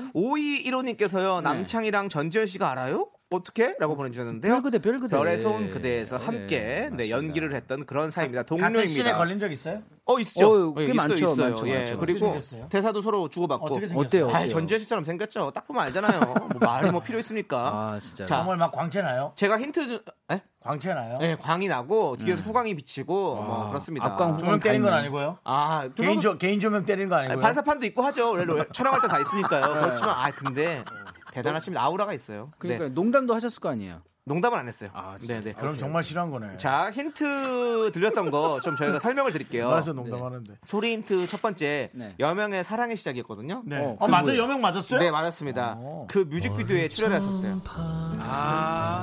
Speaker 2: 5215님께서요, 남창이랑 전지현 씨가 알아요? 어떻게? 라고 보내주셨는데요.
Speaker 5: 별그대, 별그대.
Speaker 2: 별에서 온 그대에서
Speaker 5: 네,
Speaker 2: 함께 네,
Speaker 5: 맞습니다.
Speaker 2: 연기를 했던 그런 사이입니다.
Speaker 1: 같은 씬에
Speaker 2: 동료입니다.
Speaker 1: 걸린 적 있어요?
Speaker 2: 어 있죠.
Speaker 5: 어, 꽤 많죠, 많죠,
Speaker 2: 예,
Speaker 5: 많죠.
Speaker 2: 그리고
Speaker 1: 어떻게 생겼어요?
Speaker 2: 대사도 서로 주고받고.
Speaker 1: 어떻게 생겼어요?
Speaker 5: 어때요?
Speaker 2: 아, 전지현 씨처럼 생겼죠. 딱 보면 알잖아요. 뭐 말이 뭐 필요 있습니까?
Speaker 5: 아 진짜.
Speaker 2: 자,
Speaker 1: 정말 막 광채 나요?
Speaker 2: 제가 힌트 좀 에?
Speaker 1: 광채 나요?
Speaker 2: 예, 광이 나고 뒤에서 후광이 비치고 뭐 그렇습니다.
Speaker 5: 음. 앞광 후-
Speaker 1: 조명 때린 건
Speaker 5: 다행이네.
Speaker 1: 아니고요.
Speaker 2: 아, 조명-
Speaker 1: 개인 조 개인 조명 때린 거
Speaker 2: 아니,
Speaker 1: 아니고요.
Speaker 2: 반사판도 있고 하죠. 원래 촬영할 때 다 있으니까요. 그렇지만 아
Speaker 1: 네.
Speaker 2: 근데 대단하십니다. 아우라가 있어요.
Speaker 5: 네. 그러니까
Speaker 2: 네,
Speaker 5: 농담도 하셨을 거 아니에요.
Speaker 2: 농담은 안 했어요.
Speaker 5: 아, 진짜.
Speaker 2: 네, 네.
Speaker 1: 그럼 정말 싫어한 거네.
Speaker 2: 자, 힌트 들렸던 거 좀 저희가 설명을 드릴게요.
Speaker 1: 말해서 농담하는데.
Speaker 2: 소리 힌트 첫 번째
Speaker 5: 네.
Speaker 2: 여명의 사랑의 시작이었거든요.
Speaker 1: 네.
Speaker 5: 어,
Speaker 1: 어, 맞아 여명 맞았어요?
Speaker 2: 네 맞았습니다.
Speaker 1: 어.
Speaker 2: 그 뮤직비디오에 출연했었어요.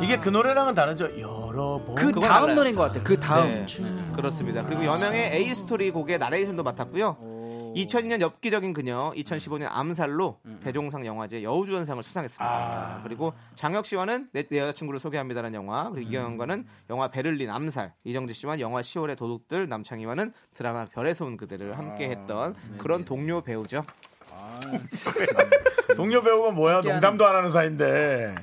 Speaker 1: 이게 그 노래랑은 다르죠. 여러 번.
Speaker 5: 그
Speaker 2: 그건
Speaker 5: 다음
Speaker 2: 알아요.
Speaker 5: 노래인 것 같아. 그 다음.
Speaker 2: 네, 그렇습니다. 그리고 여명의 A 스토리 곡의 나레이션도 맡았고요. 2002년 엽기적인 그녀, 2015년
Speaker 1: 음.
Speaker 2: 암살로 대종상 영화제 여우주연상을 수상했습니다.
Speaker 1: 아.
Speaker 2: 그리고 장혁 씨와는 내, 내 여자친구를 소개합니다라는 영화,
Speaker 1: 음.
Speaker 2: 그리고 이경영과는 영화 베를린 암살, 이정재 씨와는 영화 10월의 도둑들, 남창희와는 드라마 별에서 온
Speaker 1: 아.
Speaker 2: 그대를 함께했던 그런 동료 배우죠.
Speaker 1: 동료 배우가 뭐야? 농담도 안 하는 사이인데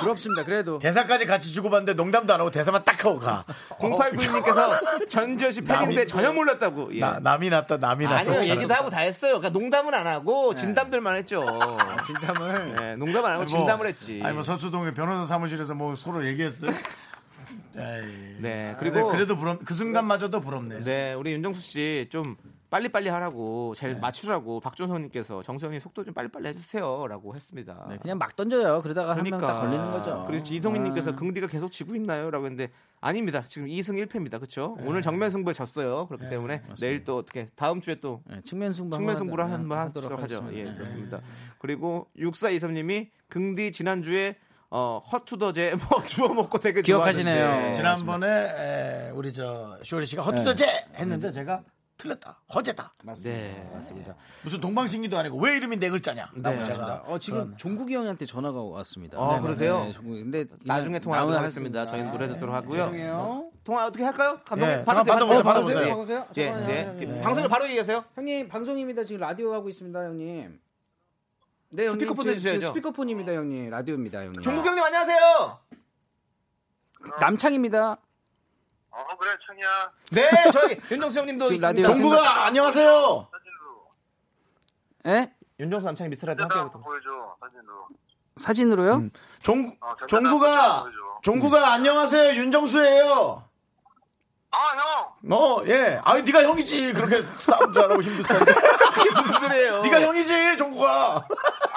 Speaker 5: 부럽습니다. 어, 그래도.
Speaker 1: 대사까지 같이 주고받는데 농담도 안 하고 대사만 딱 하고 가.
Speaker 2: 0892님께서 전지현 씨 팬인데
Speaker 1: 어. 남이-
Speaker 2: 전혀 몰랐다고. 예.
Speaker 1: 나, 남이 났다 남이 났어.
Speaker 2: 아니요, 얘기도 하고 다 했어요. 그러니까 농담은 안 하고 진담들만 했죠.
Speaker 5: 네. 아, 진담을.
Speaker 2: 네, 농담 안 하고 진담을 했지.
Speaker 1: 아니 뭐 서초동의 변호사 사무실에서 뭐 서로 얘기했어요? 에이.
Speaker 2: 네,
Speaker 1: 근데
Speaker 2: 그리고
Speaker 1: 그래도 부럽 그 순간마저도 부럽네.
Speaker 2: 네, 우리 윤정수 씨 좀 빨리빨리 하라고 잘
Speaker 5: 네.
Speaker 2: 맞추라고 박준성님께서 정수영이 속도 좀 빨리빨리 해주세요라고 했습니다.
Speaker 5: 네,
Speaker 2: 그러니까
Speaker 5: 그냥 막 던져요. 그러다가 한 명 딱 걸리는 거죠. 음.
Speaker 2: 그리고 이성민님께서 긍디가 계속 지고 있나요?라고 했는데 아닙니다. 지금 2승 1패입니다. 그렇죠?
Speaker 5: 네.
Speaker 2: 오늘 정면 승부에 졌어요. 그렇기 때문에 내일 또 어떻게 다음 주에 또
Speaker 5: 네, 측면 승부
Speaker 2: 측면 승부를
Speaker 5: 하자.
Speaker 2: 한번 하도록 하죠.
Speaker 5: 하겠습니다.
Speaker 2: 예,
Speaker 5: 네.
Speaker 2: 그렇습니다. 그리고 6423님이 긍디 지난주에 어, 허투더제 뭐 주워 먹고 되게
Speaker 5: 기억하시네요.
Speaker 2: 좋아하는데.
Speaker 1: 지난번에 에, 우리 저 쇼리 씨가 헛두더제 했는데 제가 틀렸다. 허재다.
Speaker 2: 네, 맞습니다.
Speaker 1: 무슨 동방신기도 아니고 왜 이름이 네 글자냐? 네,
Speaker 5: 맞습니다. 어, 지금 종국이 형한테 전화가 왔습니다. 네,
Speaker 2: 아, 그러세요?
Speaker 5: 종국. 근데 그냥
Speaker 2: 나중에 통화하도록
Speaker 5: 나오나
Speaker 2: 하겠습니다.
Speaker 5: 하겠습니다. 아,
Speaker 2: 저희는 노래 듣도록 하고요. 네.
Speaker 5: 죄송해요.
Speaker 2: 통화 어떻게 할까요? 감독님
Speaker 1: 예,
Speaker 2: 받으세요.
Speaker 1: 잠깐 받아보세요,
Speaker 5: 받아보세요.
Speaker 2: 예,
Speaker 5: 받아보세요.
Speaker 2: 예, 예.
Speaker 5: 잠깐만요.
Speaker 2: 방송에 바로 얘기하세요.
Speaker 5: 형님 방송입니다. 지금 라디오 하고 있습니다, 형님. 네, 형님,
Speaker 2: 스피커폰
Speaker 5: 지금-
Speaker 2: 해주셔야죠.
Speaker 5: 지금 스피커폰입니다, 형님. 라디오입니다, 형님.
Speaker 2: 종국 형님 안녕하세요.
Speaker 5: 남창입니다.
Speaker 3: 어 그래 청이야
Speaker 2: 네, 저희 윤정수 형님도
Speaker 5: 지금
Speaker 2: 있습니다.
Speaker 5: 라디오
Speaker 2: 종국
Speaker 5: 생각-
Speaker 1: 종국아 안녕하세요.
Speaker 3: 사진으로
Speaker 5: 예?
Speaker 2: 윤정수 남창이 미스라디 함께하고
Speaker 3: 보여줘 사진으로
Speaker 5: 사진으로요?
Speaker 1: 종
Speaker 3: 어, 괜찮아. 네.
Speaker 1: 종국아
Speaker 3: 보여줘.
Speaker 1: 종국아 안녕하세요 윤정수예요.
Speaker 3: 아형
Speaker 1: 어 예. 아니 네가 형이지 그렇게 싸움 잘하고 힘들 텐데.
Speaker 2: 무슨 소리예요?
Speaker 1: 네가 형이지 종국아.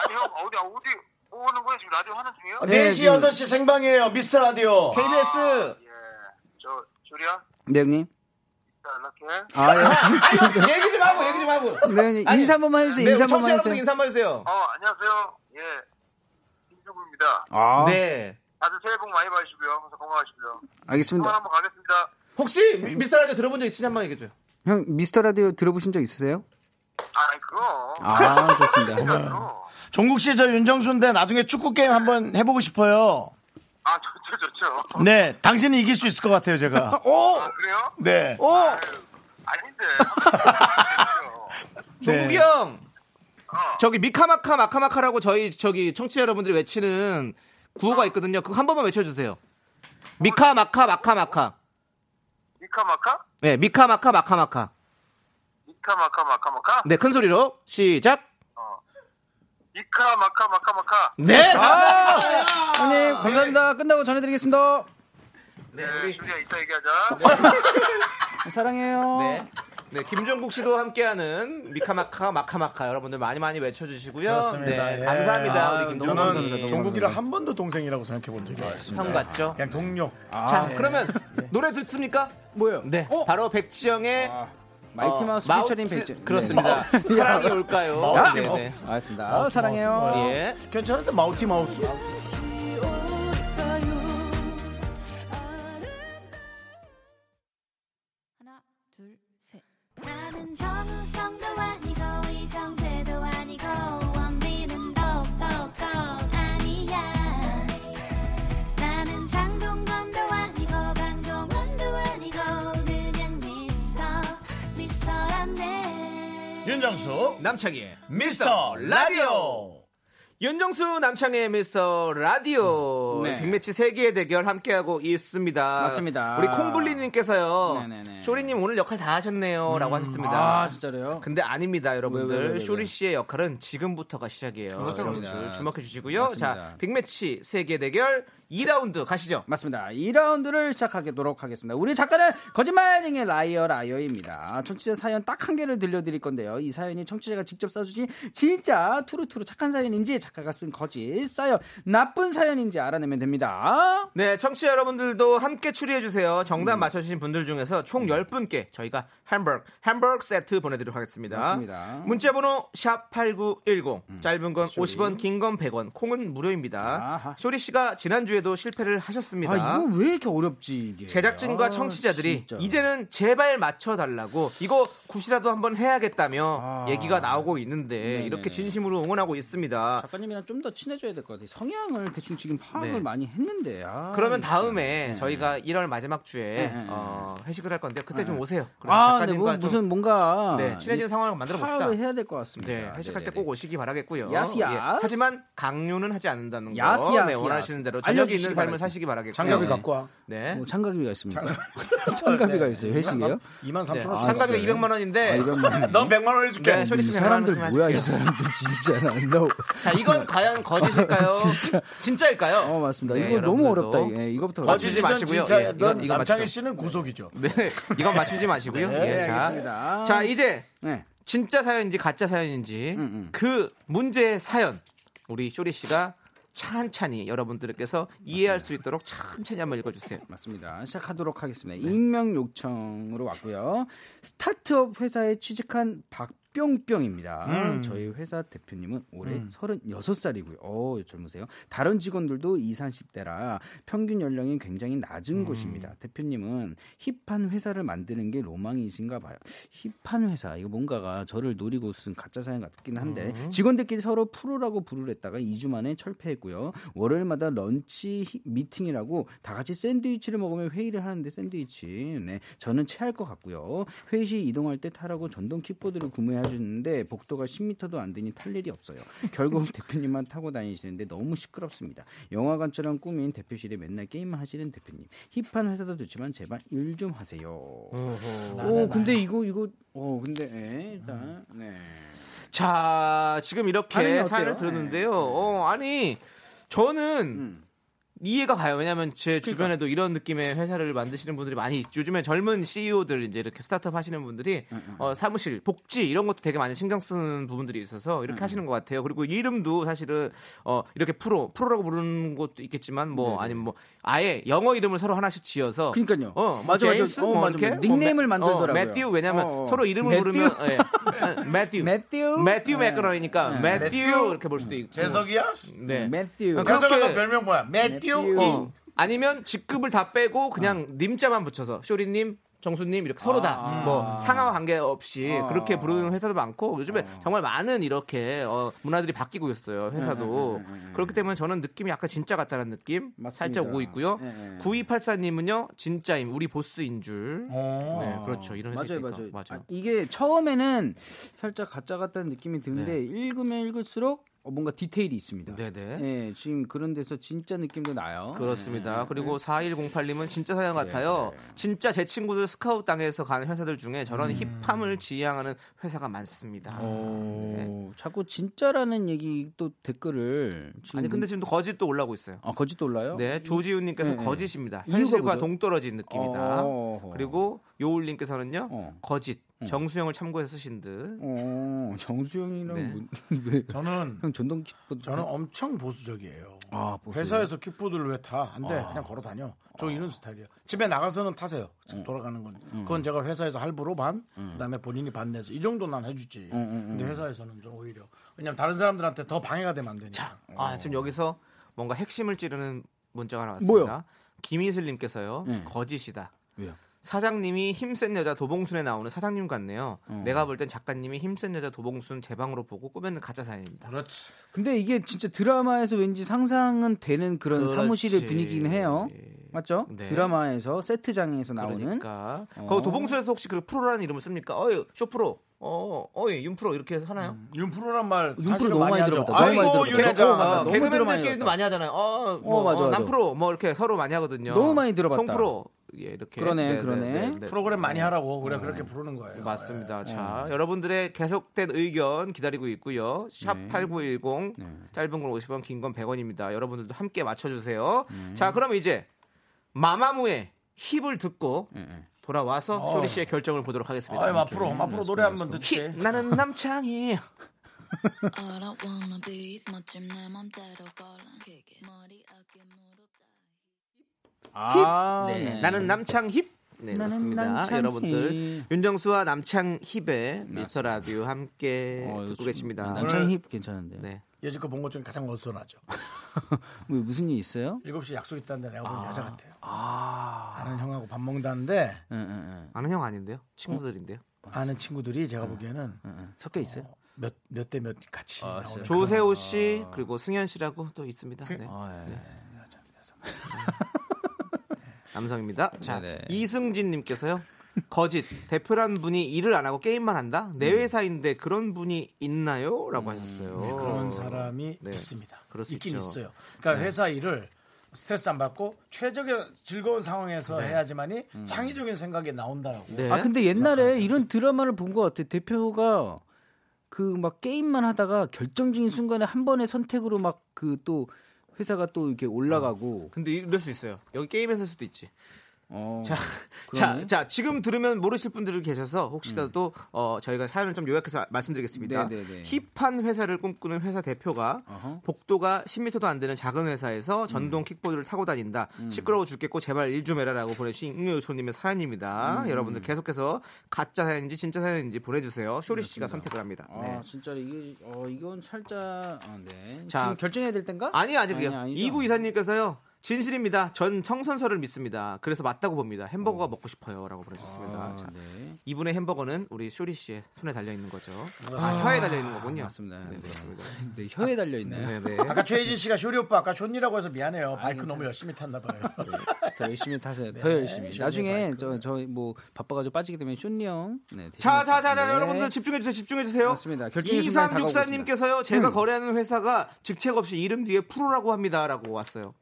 Speaker 3: 아니 형 어디 어디 오는 거야 지금 라디오 하는 중이야?
Speaker 5: 네,
Speaker 1: 4시
Speaker 5: 지금.
Speaker 1: 6시 생방이에요 미스터 라디오.
Speaker 2: KBS
Speaker 3: 예저 줄이야
Speaker 5: 네, 형님.
Speaker 3: 이따 연락해
Speaker 5: 아, 예.
Speaker 2: 얘기 좀 하고 얘기 좀 하고.
Speaker 5: 네, 형님. 인사 한 번만 해주세요. 인사 한 번만
Speaker 2: 청취자분들
Speaker 5: 해주세요.
Speaker 2: 인사 한번 해주세요.
Speaker 3: 어 안녕하세요 예 김종구입니다
Speaker 5: 아,
Speaker 2: 네.
Speaker 3: 다들 새해 복 많이 받으시고요 항상 건강하시고요 한번
Speaker 5: 알겠습니다.
Speaker 3: 한번 가겠습니다
Speaker 2: 혹시 미스터 라디오 들어본 적 있으신지 한번 얘기해 줘요.
Speaker 5: 형, 미스터 라디오 들어보신 적 있으세요?
Speaker 3: 아이 그거
Speaker 5: 아, 좋습니다.
Speaker 3: 그거.
Speaker 1: 종국 씨 저 윤정수인데 나중에 축구 게임 한번 해보고 싶어요.
Speaker 3: 아 좋죠 좋죠
Speaker 1: 네 당신이 이길 수 있을 것 같아요 제가.
Speaker 2: 어?
Speaker 3: 아 그래요?
Speaker 1: 네.
Speaker 2: 오,
Speaker 3: 아닌데
Speaker 2: 종국이
Speaker 1: 네.
Speaker 2: 형. 저기 미카마카 마카마카라고 저희 저기 청취자 여러분들이 외치는 구호가 있거든요. 그거 한 번만 외쳐 주세요. 미카마카 마카마카.
Speaker 3: 미카마카?
Speaker 2: 네, 미카마카 마카마카.
Speaker 3: 미카마카 마카마카?
Speaker 2: 네, 큰 소리로 시작.
Speaker 3: 미카마카 마카마카
Speaker 2: 네.
Speaker 5: 형님, 감사합니다. 끝나고 전해드리겠습니다.
Speaker 3: 네 줄이야 이따 얘기하자
Speaker 5: 사랑해요.
Speaker 2: 네. 네, 김종국 씨도 함께하는 미카마카 마카마카 여러분들 많이 많이 외쳐주시고요.
Speaker 1: 그렇습니다.
Speaker 2: 네,
Speaker 1: 예.
Speaker 2: 감사합니다.
Speaker 1: 아유,
Speaker 2: 우리 김종국
Speaker 1: 저는
Speaker 2: 씨.
Speaker 1: 종국이를 한 번도 동생이라고 생각해 본 적이 없습니다. 예.
Speaker 2: 형 같죠?
Speaker 1: 그냥 동료. 아, 예.
Speaker 2: 자, 그러면 노래 듣습니까?
Speaker 5: 뭐요?
Speaker 2: 네,
Speaker 1: 어?
Speaker 2: 바로 백지영의
Speaker 5: 마이티 마우스
Speaker 2: 어,
Speaker 5: 피처링
Speaker 2: 마우스-
Speaker 5: 백지. 네.
Speaker 2: 그렇습니다. 사랑이 올까요?
Speaker 1: 마우스,
Speaker 2: 네, 네.
Speaker 1: 마우스.
Speaker 5: 알겠습니다. 아, 사랑해요.
Speaker 2: 예.
Speaker 1: 괜찮은데 마우티 마우스.
Speaker 4: 하나 둘 셋. 나는 정우성도 아니고 이정재도 아니고 원빈은 더욱더 아니야 나는 장동건도 아니고 강동원도 아니고 그냥 미스터 미스터란데
Speaker 1: 윤정수
Speaker 2: 남창희의
Speaker 1: 미스터 라디오.
Speaker 2: 윤정수 남창의 미스터 라디오
Speaker 5: 네.
Speaker 2: 빅매치 세개의 대결 함께하고 있습니다.
Speaker 5: 맞습니다.
Speaker 2: 우리 콩블리님께서요.
Speaker 5: 네네네.
Speaker 2: 쇼리님 오늘 역할 다 하셨네요. 라고 하셨습니다.
Speaker 5: 아, 진짜로요?
Speaker 2: 근데 아닙니다,
Speaker 5: 왜, 왜, 왜, 왜.
Speaker 2: 여러분들. 쇼리 씨의 역할은 지금부터가 시작이에요.
Speaker 5: 그렇습니다.
Speaker 2: 여러분들 주목해 주시고요.
Speaker 5: 맞습니다.
Speaker 2: 자, 빅매치 세개 대결 2라운드 가시죠.
Speaker 5: 맞습니다. 2라운드를 시작하도록 하겠습니다. 우리 작가는 거짓말쟁이 라이어 라이어입니다. 청취자 사연 딱 한 개를 들려드릴 건데요. 이 사연이 청취자가 직접 써주신 진짜 투루투루 착한 사연인지 작가가 쓴 거짓 사연 나쁜 사연인지 알아내면 됩니다.
Speaker 2: 네, 청취자 여러분들도 함께 추리해 주세요.
Speaker 5: 음.
Speaker 2: 정답 맞춰주신 분들 중에서 총 10분께 저희가 햄버거, 햄버거 세트 보내드리도록 하겠습니다.
Speaker 5: 맞습니다. 음.
Speaker 2: 문자번호 샵8910 짧은 건 50원, 긴 건 100원, 콩은 무료입니다.
Speaker 5: 아하.
Speaker 2: 쇼리 씨가 지난주에도 실패를 하셨습니다.
Speaker 5: 아, 이거 왜 이렇게 어렵지 이게?
Speaker 2: 제작진과
Speaker 5: 아,
Speaker 2: 청취자들이
Speaker 5: 진짜.
Speaker 2: 이제는 제발 맞춰달라고 이거 굿이라도 한번 해야겠다며
Speaker 5: 아.
Speaker 2: 얘기가 나오고 있는데
Speaker 5: 네네네.
Speaker 2: 이렇게 진심으로 응원하고 있습니다.
Speaker 5: 작가님이랑 좀 더 친해져야 될 것 같아요. 성향을 대충 지금 파악을
Speaker 2: 네.
Speaker 5: 많이 했는데. 아,
Speaker 2: 그러면
Speaker 5: 진짜.
Speaker 2: 다음에
Speaker 5: 네.
Speaker 2: 저희가 1월 마지막 주에
Speaker 5: 네, 네,
Speaker 2: 어, 회식을 할 건데요. 그때 좀 오세요. 그럼
Speaker 5: 아, 네,
Speaker 2: 작가님과 좀,
Speaker 5: 뭐, 무슨 뭔가
Speaker 2: 네, 친해진 상황을 만들어 봅시다.
Speaker 5: 파악을 해야 될 것 같습니다.
Speaker 2: 네, 회식할 때
Speaker 5: 네네네.
Speaker 2: 꼭 오시기 바라겠고요. 예,
Speaker 5: 야스, 야스.
Speaker 2: 하지만 강요는 하지 않는다는 거.
Speaker 5: 야스, 야스,
Speaker 2: 네, 원하시는
Speaker 5: 야스.
Speaker 2: 대로 저녁이 있는
Speaker 5: 알려주시기
Speaker 2: 삶을
Speaker 5: 바라겠습니다.
Speaker 2: 사시기 바라겠고요.
Speaker 1: 장갑을
Speaker 2: 네.
Speaker 1: 갖고 와.
Speaker 2: 네.
Speaker 5: 뭐 창가비가 있습니까? 창가비가 있어요 아, 네. 회식이요? 뭐
Speaker 1: 2만
Speaker 2: 네.
Speaker 1: 3천 원.
Speaker 2: 상가비가
Speaker 1: 주셨어요.
Speaker 2: 200만 원인데
Speaker 1: 넌 100만 원 해줄게. 음.
Speaker 2: 네, 쇼리
Speaker 5: 아, 이
Speaker 2: 씨는
Speaker 5: 사람들
Speaker 2: 그만 좀
Speaker 5: 뭐야 이
Speaker 2: 하실게요.
Speaker 5: 사람들 진짜 난너
Speaker 2: 자, 이건 과연 거짓일까요?
Speaker 5: 진짜.
Speaker 2: 일까요
Speaker 5: 어 맞습니다.
Speaker 2: 네,
Speaker 5: 이거 너무
Speaker 2: 여러분들도
Speaker 5: 어렵다. 이게. 이거부터
Speaker 2: 거짓이
Speaker 5: 가자.
Speaker 2: 마시고요. 예,
Speaker 1: 진짜
Speaker 2: 이건- 이건
Speaker 1: 남창희
Speaker 2: 맞죠.
Speaker 1: 씨는 구속이죠.
Speaker 2: 네, 이건 맞추지 마시고요.
Speaker 1: 네,
Speaker 2: 예, 자.
Speaker 5: 알겠습니다.
Speaker 2: 자, 이제
Speaker 5: 네.
Speaker 2: 진짜 사연인지 가짜 사연인지 그 문제의 사연 우리 쇼리 씨가 찬찬히 여러분들께서 이해할 수 있도록 찬찬히 한번 읽어주세요.
Speaker 5: 맞습니다. 시작하도록 하겠습니다. 익명 요청으로 왔고요. 스타트업 회사에 취직한 박뿅뿅입니다. 저희 회사 대표님은 올해 36살이고요. 어, 젊으세요. 다른 직원들도 20, 30대라 평균 연령이 굉장히 낮은 곳입니다. 대표님은 힙한 회사를 만드는 게 로망이신가 봐요. 힙한 회사. 이거 뭔가가 저를 노리고 쓴 가짜 사연 같긴 한데 직원들끼리 서로 프로라고 부르 했다가 2주 만에 철폐했고요. 월요일마다 런치 히- 미팅이라고 다 같이 샌드위치를 먹으며 회의를 하는데 샌드위치. 네. 저는 체할 것 같고요. 회의 시 이동할 때 타라고 전동 킥보드를 구매해 안아주는데 복도가 10m도 안 되니 탈 일이 없어요. 결국 대표님만 타고 다니시는데 너무 시끄럽습니다. 영화관처럼 꾸민 대표실에 맨날 게임만 하시는 대표님. 힙한 회사도 좋지만 제발 일 좀 하세요. 오 근데 이거 이거 어 근데 예, 일단 네.
Speaker 2: 자, 지금
Speaker 5: 반응이
Speaker 2: 이렇게
Speaker 5: 어때요? 네,
Speaker 2: 사연을 들었는데요. 어, 아니, 저는
Speaker 5: 음.
Speaker 2: 이해가 가요. 왜냐면 제
Speaker 5: 그러니까.
Speaker 2: 주변에도 이런 느낌의 회사를 만드시는 분들이 많이 있- 요즘에 젊은 CEO들 이제 이렇게 스타트업 하시는 분들이
Speaker 5: 음,
Speaker 2: 어, 사무실, 복지 이런 것도 되게 많이 신경 쓰는 부분들이 있어서
Speaker 5: 음,
Speaker 2: 이렇게 하시는 것 같아요. 그리고 이름도 사실은 어, 이렇게 프로, 프로라고 부르는 것도 있겠지만 뭐 아니면 뭐 아예 영어 이름을 서로 하나씩 지어서
Speaker 5: 네, 그러니까요.
Speaker 2: 어,
Speaker 5: 맞아,
Speaker 2: 맞아,
Speaker 5: 맞아.
Speaker 2: 맞아.
Speaker 5: 어, 맞아, 맞아. 닉네임을 만들더라고요.
Speaker 2: 뭐 매튜 왜냐면
Speaker 5: 어, 어.
Speaker 2: 서로 이름을
Speaker 5: 매튜?
Speaker 2: 부르면 예. 아, 매튜.
Speaker 5: 매튜?
Speaker 2: 매튜
Speaker 5: 네. 음,
Speaker 2: 맥그러니까 매튜 이렇게 볼 수도 있고.
Speaker 1: 재석이야?
Speaker 2: 네.
Speaker 5: 매튜.
Speaker 2: 그렇게-
Speaker 1: 가사가 너 별명 뭐야? 매튜.
Speaker 2: 어. 아니면 직급을 다 빼고 그냥
Speaker 5: 어.
Speaker 2: 님자만 붙여서 쇼리님 정수님 이렇게 서로 다
Speaker 5: 아.
Speaker 2: 뭐 상하와 관계없이
Speaker 5: 어.
Speaker 2: 그렇게 부르는 회사도 많고 요즘에 정말 많은 이렇게 어, 문화들이 바뀌고 있어요
Speaker 5: 네,
Speaker 2: 회사도 그렇기 때문에 저는 느낌이 약간 진짜 같다는 느낌
Speaker 5: 맞습니다.
Speaker 2: 살짝 오고 있고요
Speaker 5: 네, 네.
Speaker 2: 9284님은요 진짜임 우리 보스인 줄 네, 그렇죠 이런
Speaker 5: 어. 맞아요,
Speaker 2: 회사니까.
Speaker 5: 맞아요.
Speaker 2: 맞아요.
Speaker 5: 아, 이게 처음에는 살짝 가짜 같다는 느낌이 드는데 읽으면 읽을수록 어, 뭔가 디테일이 있습니다.
Speaker 2: 네. 네네
Speaker 5: 예, 지금 그런 데서 진짜 느낌도 나요. 예. 음,
Speaker 2: 그렇습니다.
Speaker 5: 네.
Speaker 2: 그리고 4108님은 진짜 사연 같아요. 진짜 제 친구들 스카우트 당해서 가는 회사들 중에 저런
Speaker 5: 음.
Speaker 2: 힙함을 지향하는 회사가 많습니다. 어.
Speaker 5: 오, 네. 자꾸 진짜라는 얘기 또 댓글을 지금
Speaker 2: 아니 근데 지금 또 거짓 또 올라오고 있어요.
Speaker 5: 아 거짓 올라요?
Speaker 2: 네, 조지훈님께서
Speaker 5: 네, 네.
Speaker 2: 거짓입니다.
Speaker 5: 이유가
Speaker 2: 현실과
Speaker 5: 뭐죠?
Speaker 2: 동떨어진 느낌이다.
Speaker 5: 어허.
Speaker 2: 그리고 요울님께서는요,
Speaker 5: 어.
Speaker 2: 거짓. 정수영을 참고해서 쓰신 듯.
Speaker 5: 어, 정수영이랑
Speaker 2: 네.
Speaker 5: 문- 왜?
Speaker 1: 저는
Speaker 5: 형 전동 킥보드
Speaker 1: 저는 엄청 보수적이에요.
Speaker 5: 아, 보수요? 아.
Speaker 1: 회사에서 킥보드를 왜 타? 안 돼. 그냥 걸어 다녀. 저 이런 스타일이에요. 집에 나가서는 타세요.
Speaker 5: 음.
Speaker 1: 돌아가는 건. 그건 제가 회사에서 할부로 반, 그다음에 본인이 반 내서 이 정도 난 해주지.
Speaker 5: 음,
Speaker 1: 근데 회사에서는 좀 오히려 왜냐면 다른 사람들한테 더 방해가 되면 안 되니까.
Speaker 5: 어.
Speaker 2: 아 지금 여기서 뭔가 핵심을 찌르는 문자가 나왔습니다.
Speaker 5: 뭐요?
Speaker 2: 김희슬님께서요
Speaker 5: 네.
Speaker 2: 거짓이다.
Speaker 5: 왜요?
Speaker 2: 사장님이 힘센 여자 도봉순에 나오는 사장님 같네요.
Speaker 5: 어.
Speaker 2: 내가 볼 땐 작가님이 힘센 여자 도봉순 제 방으로 보고 꾸며낸 가짜 사연입니다.
Speaker 1: 그렇지.
Speaker 5: 근데 이게 진짜 드라마에서 왠지 상상은 되는 그런
Speaker 2: 그렇지.
Speaker 5: 사무실의 분위기긴 해요. 맞죠?
Speaker 2: 네.
Speaker 5: 드라마에서 세트장에서 나오는 어.
Speaker 2: 그러니까 그 도봉순에서 혹시 그 프로라는 이름을 씁니까? 어이 쇼프로, 어 어이 윤프로 이렇게 하나요?
Speaker 5: 음.
Speaker 1: 윤프로란 말
Speaker 5: 윤프로
Speaker 1: 사실
Speaker 5: 너무
Speaker 1: 많이
Speaker 5: 많이
Speaker 1: 하죠.
Speaker 5: 들어봤다.
Speaker 1: 아이고
Speaker 5: 너무 많이 들어봤다.
Speaker 1: 윤회장.
Speaker 5: 어, 맞아. 너무
Speaker 2: 개그맨들끼리도
Speaker 5: 들어봤다.
Speaker 2: 많이 하잖아요. 어, 뭐,
Speaker 5: 어, 맞아, 맞아.
Speaker 2: 남프로 뭐 이렇게 서로 많이 하거든요.
Speaker 5: 너무 많이 들어봤다.
Speaker 2: 송프로 예, 이렇게
Speaker 5: 그러네, 그러네. 네.
Speaker 1: 프로그램 많이 하라고 그래 그렇게 부르는 거예요.
Speaker 2: 네, 맞습니다. 자, 여러분들의 계속된 의견 기다리고 있고요. 샵
Speaker 5: 네.
Speaker 2: 8910 짧은 건 50원, 긴 건 100원입니다. 여러분들도 함께 맞춰 주세요.
Speaker 5: 음.
Speaker 2: 자, 그럼 이제 마마무의 힙을 듣고
Speaker 5: 네,
Speaker 2: 돌아와서 쇼리 씨의 결정을 보도록 하겠습니다.
Speaker 1: 어. 아이 뭐 앞으로
Speaker 5: 네.
Speaker 1: 앞으로 노래 한번 듣지.
Speaker 2: 힙 나는 남창이
Speaker 4: All I wanna be is 멋짐 내 맘대로 걸랑 머리 어깨 무릎 다
Speaker 5: 아,
Speaker 2: 네. 나는 남창 힙. 네, 맞습니다.
Speaker 5: 남창
Speaker 2: 여러분들
Speaker 5: 힙.
Speaker 2: 윤정수와 남창 힙의 미스터 라디오 함께
Speaker 5: 어,
Speaker 2: 듣고
Speaker 5: 이거
Speaker 2: 계십니다.
Speaker 5: 남창 힙 괜찮은데.
Speaker 2: 네.
Speaker 1: 예전껏 본 것 중에 가장 어수선하죠.
Speaker 5: 뭐 무슨 일 있어요?
Speaker 1: 7시 약속 있다는데 내가 보는 여자 같아요. 아는 형하고 밥 먹는다는데
Speaker 5: 응, 응,
Speaker 2: 아는 형 아닌데요? 친구들인데요.
Speaker 1: 아는 친구들이 제가 보기에는
Speaker 5: 응, 응. 예. 섞여 있어요?
Speaker 1: 몇 몇 대 몇 같이
Speaker 2: 네.
Speaker 1: 나오는
Speaker 2: 조세호 씨 그리고 승현 씨라고 또 있습니다. 네. 네. 남성입니다. 자, 이승진님께서요. 거짓. 대표란 분이 일을 안 하고 게임만 한다. 내 회사인데 그런 분이 있나요?라고 하셨어요.
Speaker 5: 네,
Speaker 1: 그런 사람이
Speaker 2: 네.
Speaker 1: 있습니다.
Speaker 2: 그럴 수
Speaker 1: 있긴
Speaker 2: 있죠. 네.
Speaker 1: 어요 그러니까 회사 일을 스트레스 안 받고 최적의 즐거운 상황에서 해야지만이 창의적인 생각이 나온다라고.
Speaker 2: 음. 네.
Speaker 5: 아, 근데 옛날에 이런 드라마를 본 것 같아. 대표가 그 막 게임만 하다가 결정적인 순간에 한 번의 선택으로 막 그 또 회사가 또 이렇게 올라가고.
Speaker 2: 근데 이럴 수 있어요. 여기 게임에서 수도 있지.
Speaker 5: 어.
Speaker 2: 자,
Speaker 5: 그러네. 음.
Speaker 2: 자, 자, 지금 들으면 모르실 분들이 계셔서 혹시라도 어, 저희가 사연을 좀 요약해서 말씀드리겠습니다.
Speaker 5: 네네네.
Speaker 2: 힙한 회사를 꿈꾸는 회사 대표가
Speaker 5: 어허. 음.
Speaker 2: 복도가 10m도 안 되는 작은 회사에서 전동 킥보드를 타고 다닌다. 시끄러워 죽겠고 제발 일 좀 해라라고 보내주신 응요 손님의
Speaker 5: 음.
Speaker 2: 사연입니다. 여러분들 계속해서 가짜 사연인지 진짜 사연인지 보내주세요. 쇼리 씨가 선택을 합니다.
Speaker 5: 아,
Speaker 2: 네.
Speaker 5: 진짜 이게 어 이건 살짝 아, 네.
Speaker 2: 자.
Speaker 5: 지금 결정해야 될 땐가?
Speaker 2: 아니 아직이요.
Speaker 5: 아니, 아니죠.
Speaker 2: 이구 이사님께서요. 진실입니다. 전 청선서를 믿습니다. 그래서 맞다고 봅니다. 햄버거가 먹고 싶어요라고 보내주셨습니다.
Speaker 5: 아,
Speaker 2: 자,
Speaker 5: 네.
Speaker 2: 이분의 햄버거는 우리 쇼리 씨의 손에 달려 있는 거죠. 아, 혀에 달려 있는 거군요.
Speaker 5: 맞습니다.
Speaker 2: 네, 그렇습니다.
Speaker 5: 네, 혀에 달려 있나요?
Speaker 2: 네, 네.
Speaker 1: 아까 최혜진 씨가 쇼리 오빠 아까 쇼니라고 해서 미안해요. 바이크 너무 열심히 탔나 봐요.
Speaker 2: 네.
Speaker 5: 더 열심히 타세요. 더
Speaker 1: 네,
Speaker 5: 열심히.
Speaker 1: 쇼니
Speaker 5: 나중에
Speaker 1: 마이크.
Speaker 5: 저저뭐 바빠가지고 빠지게 되면 쇼니 형. 네, 대신
Speaker 2: 자, 자, 자,
Speaker 5: 하겠습니다.
Speaker 2: 자,
Speaker 5: 네.
Speaker 2: 여러분들 집중해 주세요. 집중해 주세요.
Speaker 5: 맞습니다. 결정의 순간이 다가오고
Speaker 2: 2364님께서요. 제가 거래하는 회사가 직책 없이 이름 뒤에 프로라고 합니다라고 왔어요.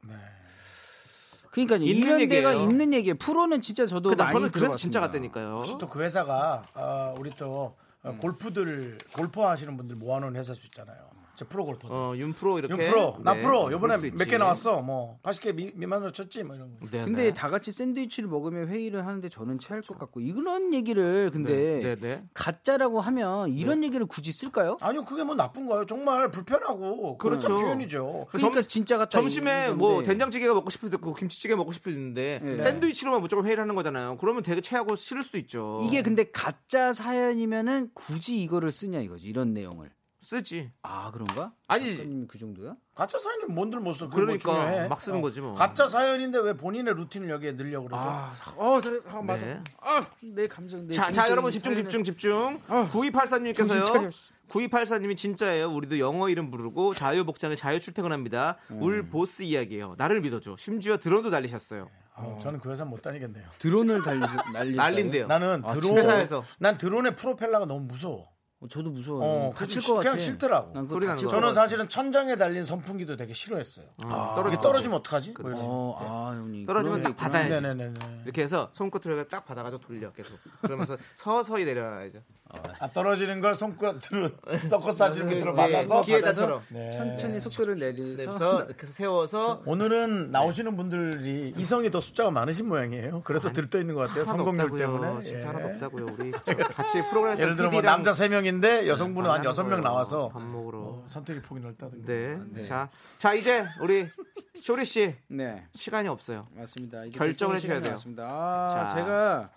Speaker 5: 그러니까
Speaker 2: 있는
Speaker 5: 있는 얘기가
Speaker 2: 얘기예요.
Speaker 5: 있는 얘기에 프로는 진짜 저도
Speaker 2: 근데
Speaker 5: 많이
Speaker 2: 저는 그래서 진짜
Speaker 5: 들어봤습니다.
Speaker 2: 같다니까요.
Speaker 1: 또 그 회사가 어, 우리 또 어,
Speaker 2: 음.
Speaker 1: 골프들 골퍼 하시는 분들 모아놓은 회사 수 있잖아요. 저 프로 골퍼들.
Speaker 2: 어, 윤프로 이렇게.
Speaker 1: 윤프로 나
Speaker 2: 네,
Speaker 1: 프로
Speaker 2: 그럴
Speaker 1: 요번에
Speaker 2: 수 있지.
Speaker 1: 몇 개 나왔어 뭐 80개 미, 만으로 쳤지 뭐 이런 거
Speaker 2: 네,
Speaker 5: 근데
Speaker 2: 네.
Speaker 5: 다 같이 샌드위치를 먹으며 회의를 하는데 저는 체할 것 같고 이런 얘기를
Speaker 2: 네,
Speaker 5: 근데
Speaker 2: 네, 네.
Speaker 5: 가짜라고 하면 이런 얘기를 굳이 쓸까요?
Speaker 1: 아니요 그게 뭐 나쁜 거예요 정말 불편하고 그렇죠
Speaker 2: 그렇죠.
Speaker 1: 표현이죠
Speaker 5: 그러니까
Speaker 2: 점-
Speaker 5: 진짜 같다.
Speaker 2: 점심에
Speaker 5: 이건데.
Speaker 2: 뭐 된장찌개가 먹고 싶을 때 있고 김치찌개 먹고 싶을 때 있는데
Speaker 5: 네.
Speaker 2: 샌드위치로만 무조건 회의를 하는 거잖아요. 그러면 되게 체하고 싫을 수도 있죠.
Speaker 5: 이게 근데 가짜 사연이면은 굳이 이거를 쓰냐 이거지 이런 내용을.
Speaker 2: 쓰지.
Speaker 5: 아 그런가?
Speaker 2: 아니.
Speaker 5: 작가님이 그 정도야?
Speaker 1: 가짜 사연이 뭔들 못 써. 그러니까
Speaker 2: 그러니까
Speaker 1: 중요해.
Speaker 2: 막 쓰는
Speaker 1: 어.
Speaker 2: 거지 뭐.
Speaker 1: 가짜 사연인데 왜 본인의 루틴을 여기에 넣으려고 그러죠?
Speaker 5: 어, 잘, 아, 맞아.
Speaker 2: 네.
Speaker 5: 아, 내 감정. 내
Speaker 2: 자, 자, 여러분 집중 집중 집중.
Speaker 5: 어.
Speaker 2: 9284님께서요. 9284님이 진짜예요. 우리도 영어 이름 부르고 자유 복장에 자유 출퇴근합니다.
Speaker 5: 음.
Speaker 2: 울 보스 이야기예요. 나를 믿어줘. 심지어 드론도 날리셨어요.
Speaker 1: 어, 저는 그 회사 못 다니겠네요.
Speaker 5: 드론을 달리서 날리.
Speaker 2: 날린대요.
Speaker 1: 나는
Speaker 5: 아,
Speaker 1: 드론
Speaker 2: 회사에서.
Speaker 1: 난 드론의 프로펠러가 너무 무서워.
Speaker 5: 저도 무서워.
Speaker 1: 어,
Speaker 5: 요 다칠
Speaker 1: 그치,
Speaker 5: 것 같아.
Speaker 1: 그냥 싫더라고.
Speaker 5: 난 그거
Speaker 2: 소리
Speaker 5: 다칠
Speaker 2: 나는
Speaker 5: 것
Speaker 1: 저는
Speaker 5: 같아.
Speaker 1: 사실은 천장에 달린 선풍기도 되게 싫어했어요.
Speaker 2: 아,
Speaker 1: 떨어지 떨어지면 어떡하지? 뭐 이런.
Speaker 5: 어, 아, 형님.
Speaker 2: 떨어지면
Speaker 5: 아, 그러네.
Speaker 2: 딱 네. 받아야지.
Speaker 1: 네네네.
Speaker 2: 이렇게 해서 손끝으로 딱 받아가지고 돌려 계속. 그러면서 서서히 내려야죠.
Speaker 1: 아, 떨어지는 걸 손가락으로 서커스
Speaker 5: 그,
Speaker 1: 하시는
Speaker 5: 네.
Speaker 1: 분처럼
Speaker 2: 네,
Speaker 1: 받아서
Speaker 2: 기회다처럼.
Speaker 1: 네.
Speaker 5: 천천히 속도를 내리면서
Speaker 2: 그래서 이렇게 세워서 네.
Speaker 1: 오늘은 나오시는 분들이 이성이 더 숫자가 많으신 모양이에요. 그래서 들떠 있는 것 같아요.
Speaker 2: 하나도
Speaker 1: 성공률
Speaker 2: 없다고요.
Speaker 1: 때문에.
Speaker 2: 진짜
Speaker 1: 예.
Speaker 2: 하나도 없다고요. 우리 저 같이 프로그램
Speaker 1: 예를 들어 뭐 남자 세명인데
Speaker 2: 네,
Speaker 1: 여성분은 한 여섯 명 나와서
Speaker 2: 밥 먹으러.
Speaker 1: 어, 선택의 폭이 넓다든가.
Speaker 2: 네. 자, 자 이제 우리 쇼리 씨
Speaker 5: 네.
Speaker 2: 시간이 없어요.
Speaker 5: 맞습니다. 이제
Speaker 2: 결정을 해주셔야
Speaker 5: 결정의 시간이
Speaker 2: 돼요.
Speaker 5: 왔습니다. 아,
Speaker 2: 자.
Speaker 5: 제가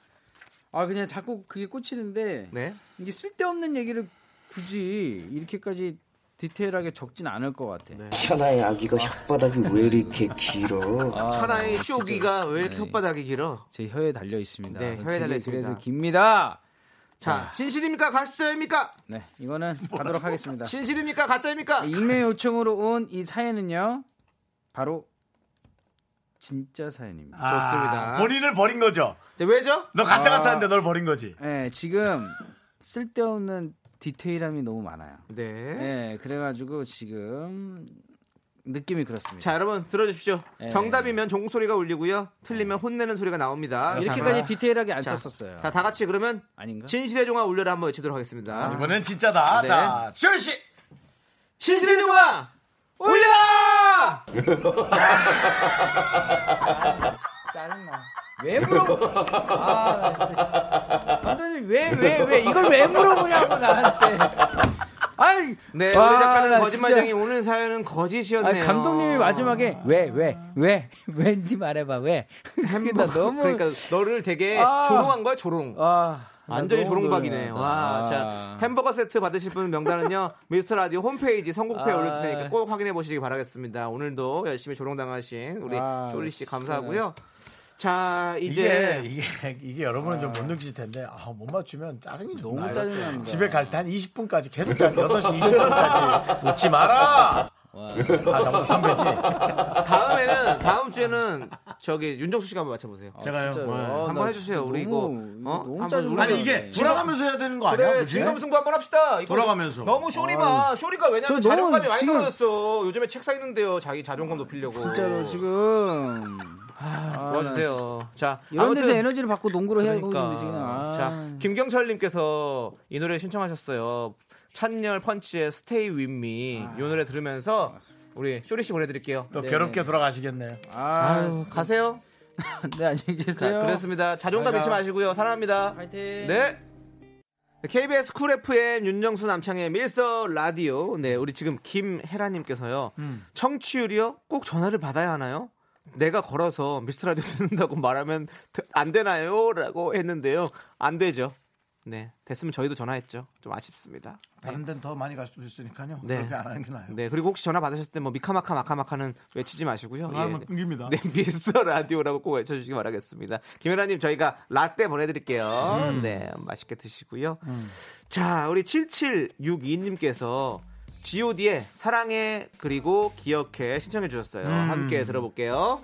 Speaker 5: 아 그냥 자꾸 그게 꽂히는데
Speaker 2: 네.
Speaker 5: 이게 쓸데없는 얘기를 굳이 이렇게까지 디테일하게 적진 않을 것 같아.
Speaker 2: 네.
Speaker 3: 천하의 아기가 혓바닥이 왜 이렇게 길어?
Speaker 1: 아, 네.
Speaker 2: 천하의 쇼기가 왜 이렇게 혓바닥이 길어?
Speaker 5: 제 혀에 달려 있습니다.
Speaker 2: 네, 혀에
Speaker 5: 되게
Speaker 2: 달려 있습니다.
Speaker 5: 그래서 깁니다.
Speaker 1: 아.
Speaker 2: 자, 진실입니까? 가짜입니까?
Speaker 5: 네, 이거는 가도록
Speaker 1: 아.
Speaker 5: 하겠습니다.
Speaker 2: 진실입니까? 가짜입니까?
Speaker 5: 아, 익명 요청으로 온 이 사연은요, 바로 진짜 사연입니다.
Speaker 2: 좋습니다.
Speaker 1: 아, 본인을 버린 거죠.
Speaker 2: 자, 왜죠?
Speaker 1: 너 가짜
Speaker 5: 아.
Speaker 1: 같았는데 널 버린 거지.
Speaker 5: 네, 지금 쓸데없는 디테일함이 너무 많아요.
Speaker 2: 네.
Speaker 5: 네, 그래가지고 지금 느낌이 그렇습니다.
Speaker 2: 자, 여러분 들어주십시오.
Speaker 5: 네.
Speaker 2: 정답이면 종소리가 울리고요.
Speaker 1: 네.
Speaker 2: 틀리면 혼내는 소리가 나옵니다.
Speaker 5: 이렇게까지
Speaker 2: 자,
Speaker 5: 디테일하게 안
Speaker 2: 자,
Speaker 5: 썼었어요.
Speaker 2: 자, 다 같이 그러면
Speaker 5: 아닌가?
Speaker 2: 진실의 종아 울려라 한번 외치도록 하겠습니다.
Speaker 1: 아, 이번엔 진짜다.
Speaker 2: 네.
Speaker 1: 자, 시현 씨.
Speaker 2: 진실의 종아 울려라!
Speaker 5: 짜증나. 왜 물어보? 아, 나 진짜. 완전히 왜, 왜, 왜, 이걸 왜 물어보냐고, 나한테. 아이,
Speaker 2: 네,
Speaker 5: 와,
Speaker 2: 우리 작가는
Speaker 5: 나
Speaker 2: 거짓말쟁이
Speaker 5: 진짜.
Speaker 2: 오는 사연은
Speaker 5: 아니,
Speaker 2: 거짓이었네요.
Speaker 5: 감독님이 마지막에, 왜, 왜, 왜, 왠지 말해봐, 왜. 그게 나 너무.
Speaker 2: 그러니까 너를 되게
Speaker 5: 아.
Speaker 2: 조롱한 거야, 조롱.
Speaker 5: 아, 나
Speaker 2: 완전히
Speaker 5: 너무 아.
Speaker 2: 조롱박이네.
Speaker 5: 놀랍다.
Speaker 2: 와, 자 햄버거 세트 받으실 분 명단은요 미스터 라디오 홈페이지 선곡표에
Speaker 5: 아.
Speaker 2: 올릴 테니까 꼭 확인해 보시기 바라겠습니다. 오늘도 열심히 조롱당하신 우리
Speaker 5: 아,
Speaker 2: 쇼리 씨
Speaker 5: 진짜.
Speaker 2: 감사하고요. 자
Speaker 1: 이게
Speaker 2: 이제
Speaker 1: 이게 이게 여러분은 좀 못 느끼실 텐데 아, 못 맞추면 짜증이 좀
Speaker 5: 너무
Speaker 1: 나요.
Speaker 5: 짜증납니다.
Speaker 1: 집에 갈 때 한 20분까지 계속 짜 6시 20분까지 웃지 마라. 아, 나보다 선배지.
Speaker 2: 아, 다음에는 다음 주에는 저기 윤정수 씨가 한번 맞춰보세요.
Speaker 1: 제가요?
Speaker 5: 진짜요?
Speaker 1: 네.
Speaker 5: 아,
Speaker 2: 어, 한번
Speaker 5: 나
Speaker 2: 해주세요.
Speaker 5: 진짜
Speaker 2: 우리
Speaker 5: 너무,
Speaker 2: 이거, 어? 한번 네.
Speaker 5: 너무 짜증나.
Speaker 2: 우리
Speaker 1: 아니 이게 돌아가면서 해야 되는 거 아니야?
Speaker 2: 그래
Speaker 1: 그치? 네?
Speaker 2: 진검 승부 한번 합시다. 이거
Speaker 1: 돌아가면서.
Speaker 2: 너무 쇼리만 쇼리가 왜냐면
Speaker 5: 저 너무
Speaker 2: 자존감이 많이
Speaker 5: 지금-
Speaker 2: 떨어졌어. 요즘에 책 사있는데요. 자기 자존감 높이려고.
Speaker 5: 진짜로
Speaker 1: 음.
Speaker 5: 지금. 아,
Speaker 2: 도와주세요. 자,
Speaker 5: 이런
Speaker 2: 아무튼
Speaker 5: 데서 에너지를 받고 농구를 해야 하고
Speaker 2: 그러니까.
Speaker 5: 있는데 지금. 아.
Speaker 2: 자, 김경철님께서 이 노래 신청하셨어요. 찬열 펀치의 Stay With Me 이 노래 들으면서 우리 쇼리 씨 보내드릴게요.
Speaker 1: 또 괴롭게 돌아가시겠네요.
Speaker 5: 아,
Speaker 2: 아유, 가세요.
Speaker 5: 네, 안녕히
Speaker 2: 자,
Speaker 5: 계세요.
Speaker 2: 그렇습니다. 자존감 잃지 마시고요. 사랑합니다.
Speaker 5: 파이팅.
Speaker 2: 네. KBS 쿨 FM 윤정수 남창의 밀스터 라디오. 네, 우리 지금 김혜라님께서요.
Speaker 5: 음.
Speaker 2: 청취율이요? 꼭 전화를 받아야 하나요? 내가 걸어서 미스터 라디오 듣는다고 말하면 드- 안 되나요? 라고 했는데요. 안 되죠. 네, 됐으면 저희도 전화했죠. 좀 아쉽습니다.
Speaker 1: 다른 데는 더 많이 갈 수도 있으니까요.
Speaker 2: 네.
Speaker 1: 그렇게 안 하는 게 나아요.
Speaker 2: 네, 그리고 혹시 전화 받으셨을 때 뭐 미카마카 마카마카는 외치지 마시고요.
Speaker 1: 그러면 끊깁니다.
Speaker 2: 네, 미스 라디오라고 꼭 외쳐주시기 바라겠습니다. 김연아님 저희가 라떼 보내드릴게요. 네, 맛있게 드시고요. 자, 우리 7762님께서 G.O.D의 사랑해 그리고 기억해 신청해 주셨어요. 함께 들어볼게요.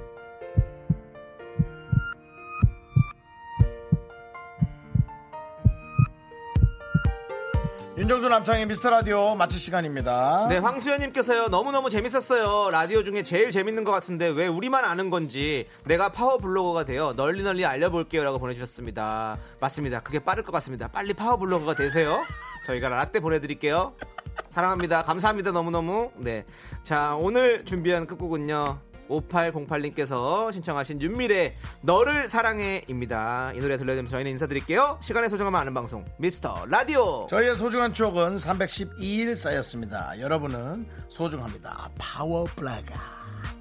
Speaker 1: 윤정수 남창의 미스터 라디오 마칠 시간입니다.
Speaker 2: 네, 황수연님께서요 너무너무 재밌었어요. 라디오 중에 제일 재밌는 것 같은데 왜 우리만 아는 건지 내가 파워 블로거가 되어 널리 널리 알려볼게요라고 보내주셨습니다. 맞습니다. 그게 빠를 것 같습니다. 빨리 파워 블로거가 되세요. 저희가 라떼 보내드릴게요. 사랑합니다. 감사합니다. 너무너무. 네, 자 오늘 준비한 끝곡은요. 5808님께서 신청하신 윤미래 너를 사랑해입니다. 이 노래 들려드리면서 저희는 인사드릴게요. 시간의 소중함을 아는 방송 미스터 라디오.
Speaker 1: 저희의 소중한 추억은 312일 쌓였습니다. 여러분은 소중합니다. 파워 블라가.